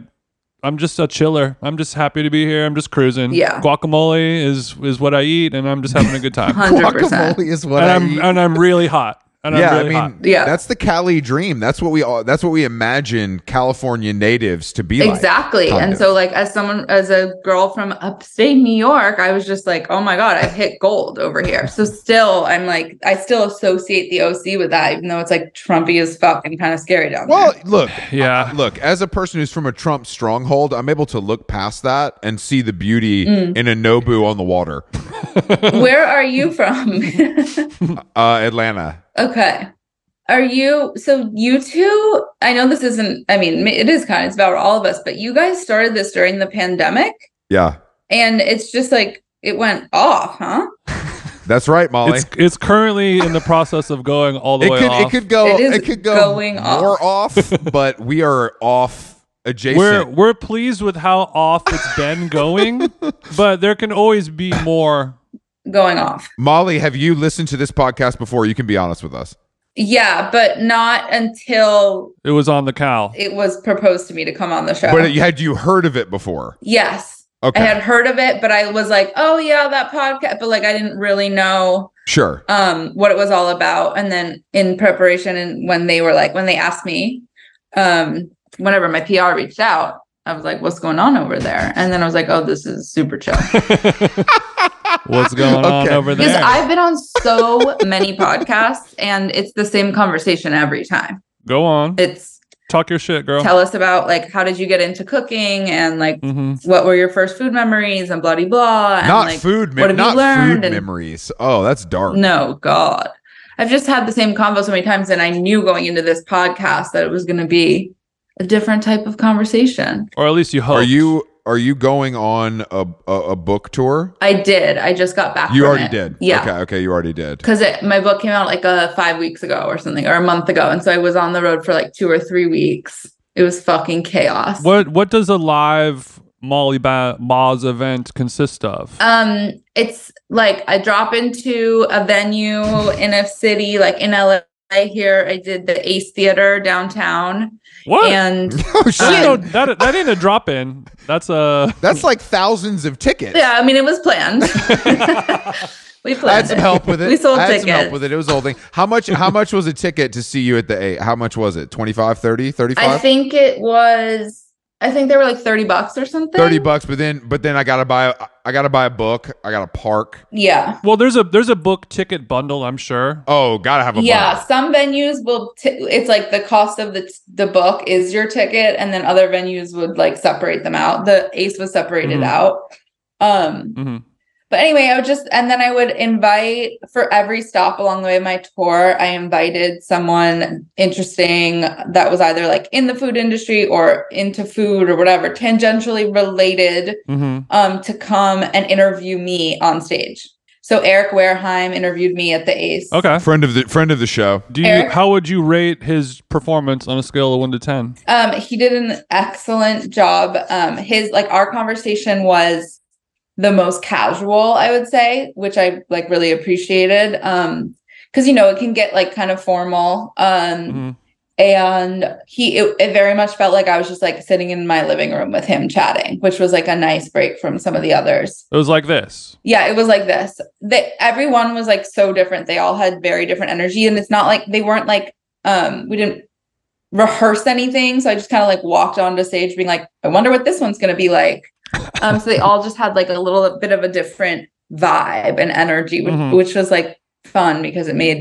I'm just a chiller. I'm just happy to be here. I'm just cruising. Yeah. guacamole is is what I eat, and I'm just having a good time. Hundred percent. Guacamole is what and I I'm eat. and I'm really hot. and yeah, I'm really I hot. mean, Yeah. that's the Cali dream. That's what we all. That's what we imagine California natives to be like. exactly kind and of. so like as someone as a girl from upstate new york i was just like oh my god i've hit gold over here so still i'm like i still associate the oc with that even though it's like trumpy as fuck and kind of scary down Well, there look, yeah. look. As a person who's from a Trump stronghold, I'm able to look past that and see the beauty in a Nobu on the water, where are you from uh, Atlanta. okay are you so you two i know this isn't i mean it is kind of it's about all of us but you guys started this during the pandemic Yeah, and it's just like it went off huh that's right, Molly. It's it's currently in the process of going all the it way could off. it could go It is it could go going more off. but we are off adjacent. we're we're pleased with how off it's been going, but there can always be more. going off Molly, have you listened to this podcast before? You can be honest with us. yeah but not until It was on the cow. it was proposed to me to come on the show. But had you heard of it before? yes, Okay, I had heard of it, but I was like, oh yeah, that podcast, but like I didn't really know sure. um what it was all about. And then in preparation and when they were like when they asked me um whenever my PR reached out, I was like, what's going on over there? And then I was like, oh, this is super chill. What's going on Okay. over Because there? I've been on so many podcasts and it's the same conversation every time. go on, It's talk your shit, girl. tell us about like how did you get into cooking and like mm-hmm. what were your first food memories and blah de blah and not like food, what mem- have you not learned food and- memories. Oh, that's dark. no god i've just had the same convo so many times and i knew going into this podcast that it was going to be a different type of conversation Or at least you hope. Are you are you going on a a, a book tour? i did i just got back You from already it. did. yeah Okay. Okay. You already did. because my book came out like uh, five weeks ago or something or a month ago and so i was on the road for like two or three weeks it was fucking chaos What What does a live Molly ba- Ma's event consist of? um it's like i drop into a venue in a city like in la here i did the ace theater downtown what? and oh shit! that, ain't no, um, that, that ain't a drop in. That's a. that's like thousands of tickets. yeah i mean it was planned we planned I had some it. help with it. we sold I had tickets some help with it. It was the whole thing. How much how much was a ticket to see you at the eight? How much was it? 25, 30, i 35? think it was i think they were like 30 bucks or something 30 bucks, but then but then I gotta buy I gotta buy a book. I gotta park. yeah Well, there's a there's a book ticket bundle. I'm sure. Oh, gotta have a yeah book. some venues will t- it's like the cost of the the book is your ticket and then other venues would like separate them out the ace was separated Mm-hmm. Mhm. out um hmm But anyway, I would just, and then I would invite for every stop along the way of my tour, I invited someone interesting that was either like in the food industry or into food or whatever, tangentially related, hmm um, to come and interview me on stage. So Eric Wareheim interviewed me at the Ace. Okay. Friend of the friend of the show. Do you? Eric? How would you rate his performance on a scale of one to ten? Um, he did an excellent job. Um, his like our conversation was the most casual, I would say, which I like really appreciated. Um, because you know it can get like kind of formal. Um, Mhm. and he it, it very much felt like I was just like sitting in my living room with him chatting, which was like a nice break from some of the others. It was like this. Yeah, it was like this. That everyone was like so different. They all had very different energy, and it's not like they weren't like um we didn't rehearse anything. So I just kind of like walked onto stage, being like, I wonder what this one's gonna be like. Um, so they all just had like a little bit of a different vibe and energy, which, Mhm. which was like fun because it made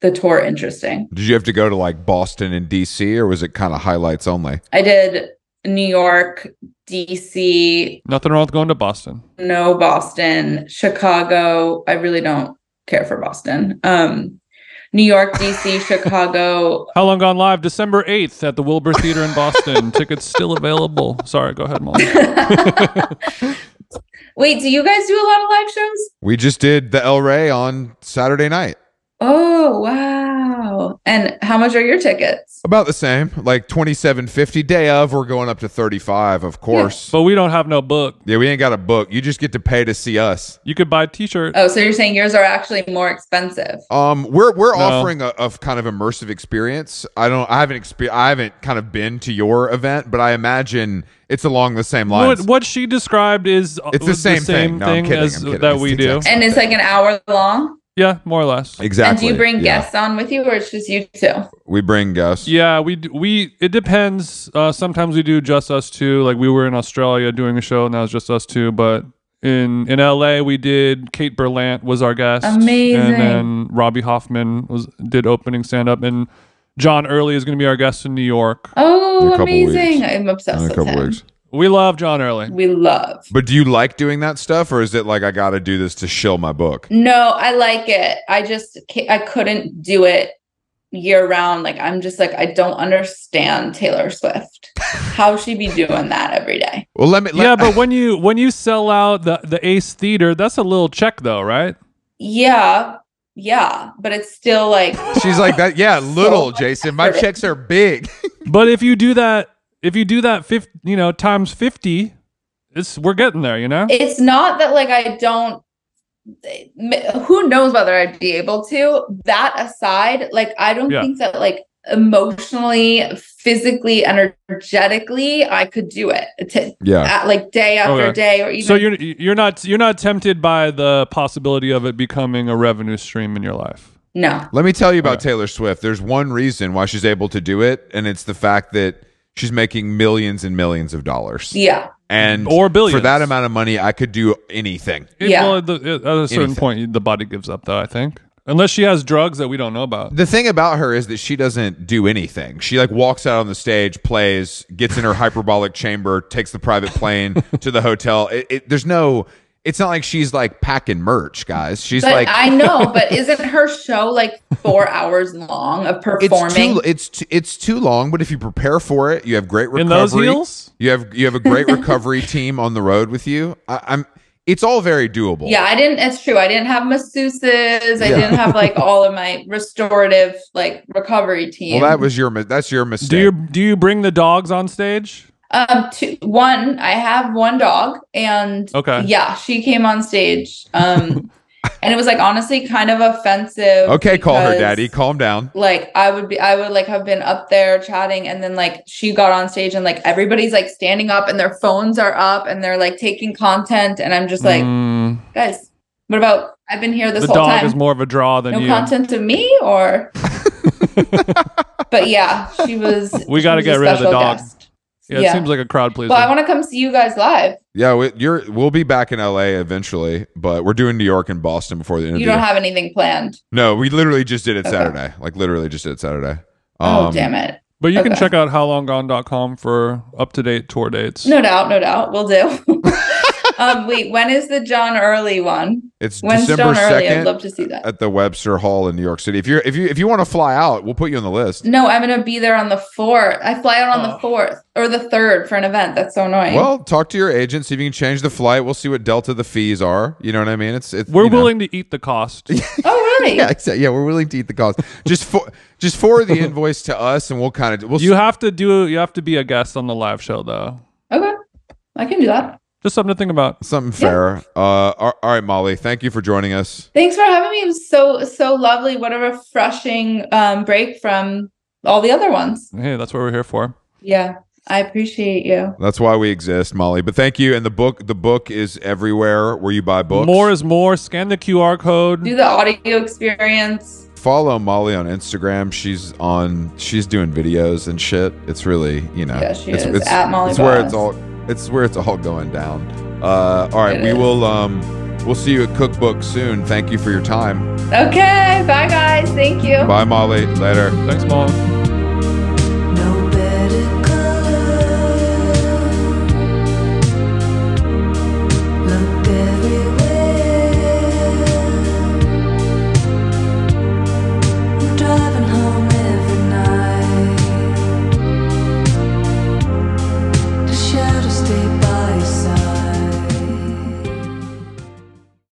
the tour interesting. Did you have to go to like Boston and DC or was it kind of highlights only? I did New York, DC, Nothing wrong with going to Boston. no Boston, Chicago. I really don't care for Boston. Um, New York, DC, Chicago. How long gone live? December eighth at the Wilbur Theater in Boston. Tickets still available. Sorry, go ahead, Molly. Wait, do you guys do a lot of live shows? We just did the El Rey on Saturday night. Oh wow! And how much are your tickets? About the same, like twenty seven fifty. Day of, we're going up to thirty five, of course. Yeah. But we don't have no book. we ain't got a book. You just get to pay to see us. You could buy a Uh, T-shirt. Oh, so you're saying yours are actually more expensive? Um, we're we're No. offering a, a kind of immersive experience. I don't, I haven't exper- I haven't kind of been to your event, but I imagine it's along the same lines. What, what she described is uh, It's the same thing. No, I'm kidding, as I'm kidding. that It's we the do. exact And it's like an hour long. Yeah, more or less. Exactly. And do you bring Yeah. guests on with you, or it's just you two? We bring guests. Yeah, we d- we it depends. Uh, sometimes we do just us two. Like we were in Australia doing a show, and that was just us two. But in in LA, we did. Kate Berlant was our guest. Amazing. And then Robbie Hoffman was did opening stand up, and John Early is going to be our guest in New York. In a Oh, couple amazing! weeks. I'm obsessed In a with couple him. weeks. We love John Early. We love. But do you like doing that stuff, or is it like I got to do this to shill my book? No, I like it. I just ca- I couldn't do it year round. Like I'm just like I don't understand Taylor Swift. How she be doing that every day? Well, let me. Let, yeah, but when you when you sell out the the Ace Theater, that's a little check though, right? Yeah, yeah, but it's still like she's like that. Yeah, little Jason. My effort. checks are big. But if you do that, if you do that, 50, you know, times fifty, it's we're getting there. You know. it's not that like I don't who knows whether I'd be able to. That aside, like I don't Yeah. think that like emotionally, physically, energetically, I could do it to, Yeah. at, like day after Okay. day or even so you're you're not you're not tempted by the possibility of it becoming a revenue stream in your life. no. Let me tell you about Taylor Swift. There's one reason why she's able to do it, and it's the fact that she's making millions and millions of dollars. Yeah. And Or billions. for that amount of money, I could do anything. It- Yeah. Well, at, the, at a certain Anything. point, the body gives up, though. I think, unless she has drugs that we don't know about. The thing about her is that she doesn't do anything. She like walks out on the stage, plays, gets in her hyperbolic chamber, takes the private plane to the hotel. It, it, there's no. It's not like she's like packing merch, guys. She's But like I know, but isn't her show like four hours long of it's performing? too it's too, it's too long. But if you prepare for it, you have great recovery. In those heels, you have you have a great recovery team on the road with you. I, I'm. It's all very doable. yeah, I didn't. It's true. I didn't have masseuses. I Yeah. didn't have like all of my restorative like recovery team. Well, that was your mi- that's your mistake. do you do you bring the dogs on stage? Um, two, one, I have one dog, and Okay. yeah, she came on stage. Um, and it was like honestly kind of offensive. okay, call her because, daddy. Calm down. Like I would be, I would like have been up there chatting, and then like she got on stage, and like everybody's like standing up, and their phones are up, and they're like taking content, and I'm just like, Mm, guys, what about? I've been here this the whole dog time. is more of a draw than no you. content of me, or. but yeah, she was. We she gotta was a get rid of the special dog. guest. Yeah, it yeah. seems like a crowd pleaser. Well, I want to come see you guys live. Yeah, we, you're. We'll be back in LA eventually, but we're doing New York and Boston before the You interview. don't have anything planned. no, we literally just did it Okay. Saturday. Like literally just did it Saturday. Um, oh damn it! but you can Okay. check out howlonggone.com for up to date tour dates. No doubt, no doubt, we'll do. um, wait, when is the John Early one? It's When's December John Early? I'd second love to see that. at the Webster Hall in New York City. If you're if you if you want to fly out, we'll put you on the list. No, I'm gonna be there on the fourth. I fly out on Oh. the fourth or the third for an event. That's so annoying. Well, talk to your agent, see if you can change the flight. We'll see what Delta the fees are. You know what I mean? It's, it's We're you know. willing to eat the cost. oh really? Yeah, exactly. Yeah, we're willing to eat the cost. Just for just forward the invoice to us, and we'll kind of we'll. you have to do. You have to be a guest on the live show, though. Okay, I can do that. Just something to think about. Something fair. Uh, all all right, Molly. Thank you for joining us. Thanks for having me. It was so so lovely. What a refreshing um, break from all the other ones. Hey, that's what we're here for. Yeah, I appreciate you. That's why we exist, Molly. But thank you. And the book, the book is everywhere where you buy books. More is more. Scan the QR code. Do the audio experience. follow Molly on Instagram. She's on. She's doing videos and shit. It's really you know. Yeah, she it's, is. It's, At Molly It's where Boss. it's all. It's where it's all going down. Uh, all right, It we is. will. Um, we'll see you at Cookbook soon. Thank you for your time. Okay, bye guys. Thank you. Bye, Molly. Later. Thanks, Mom.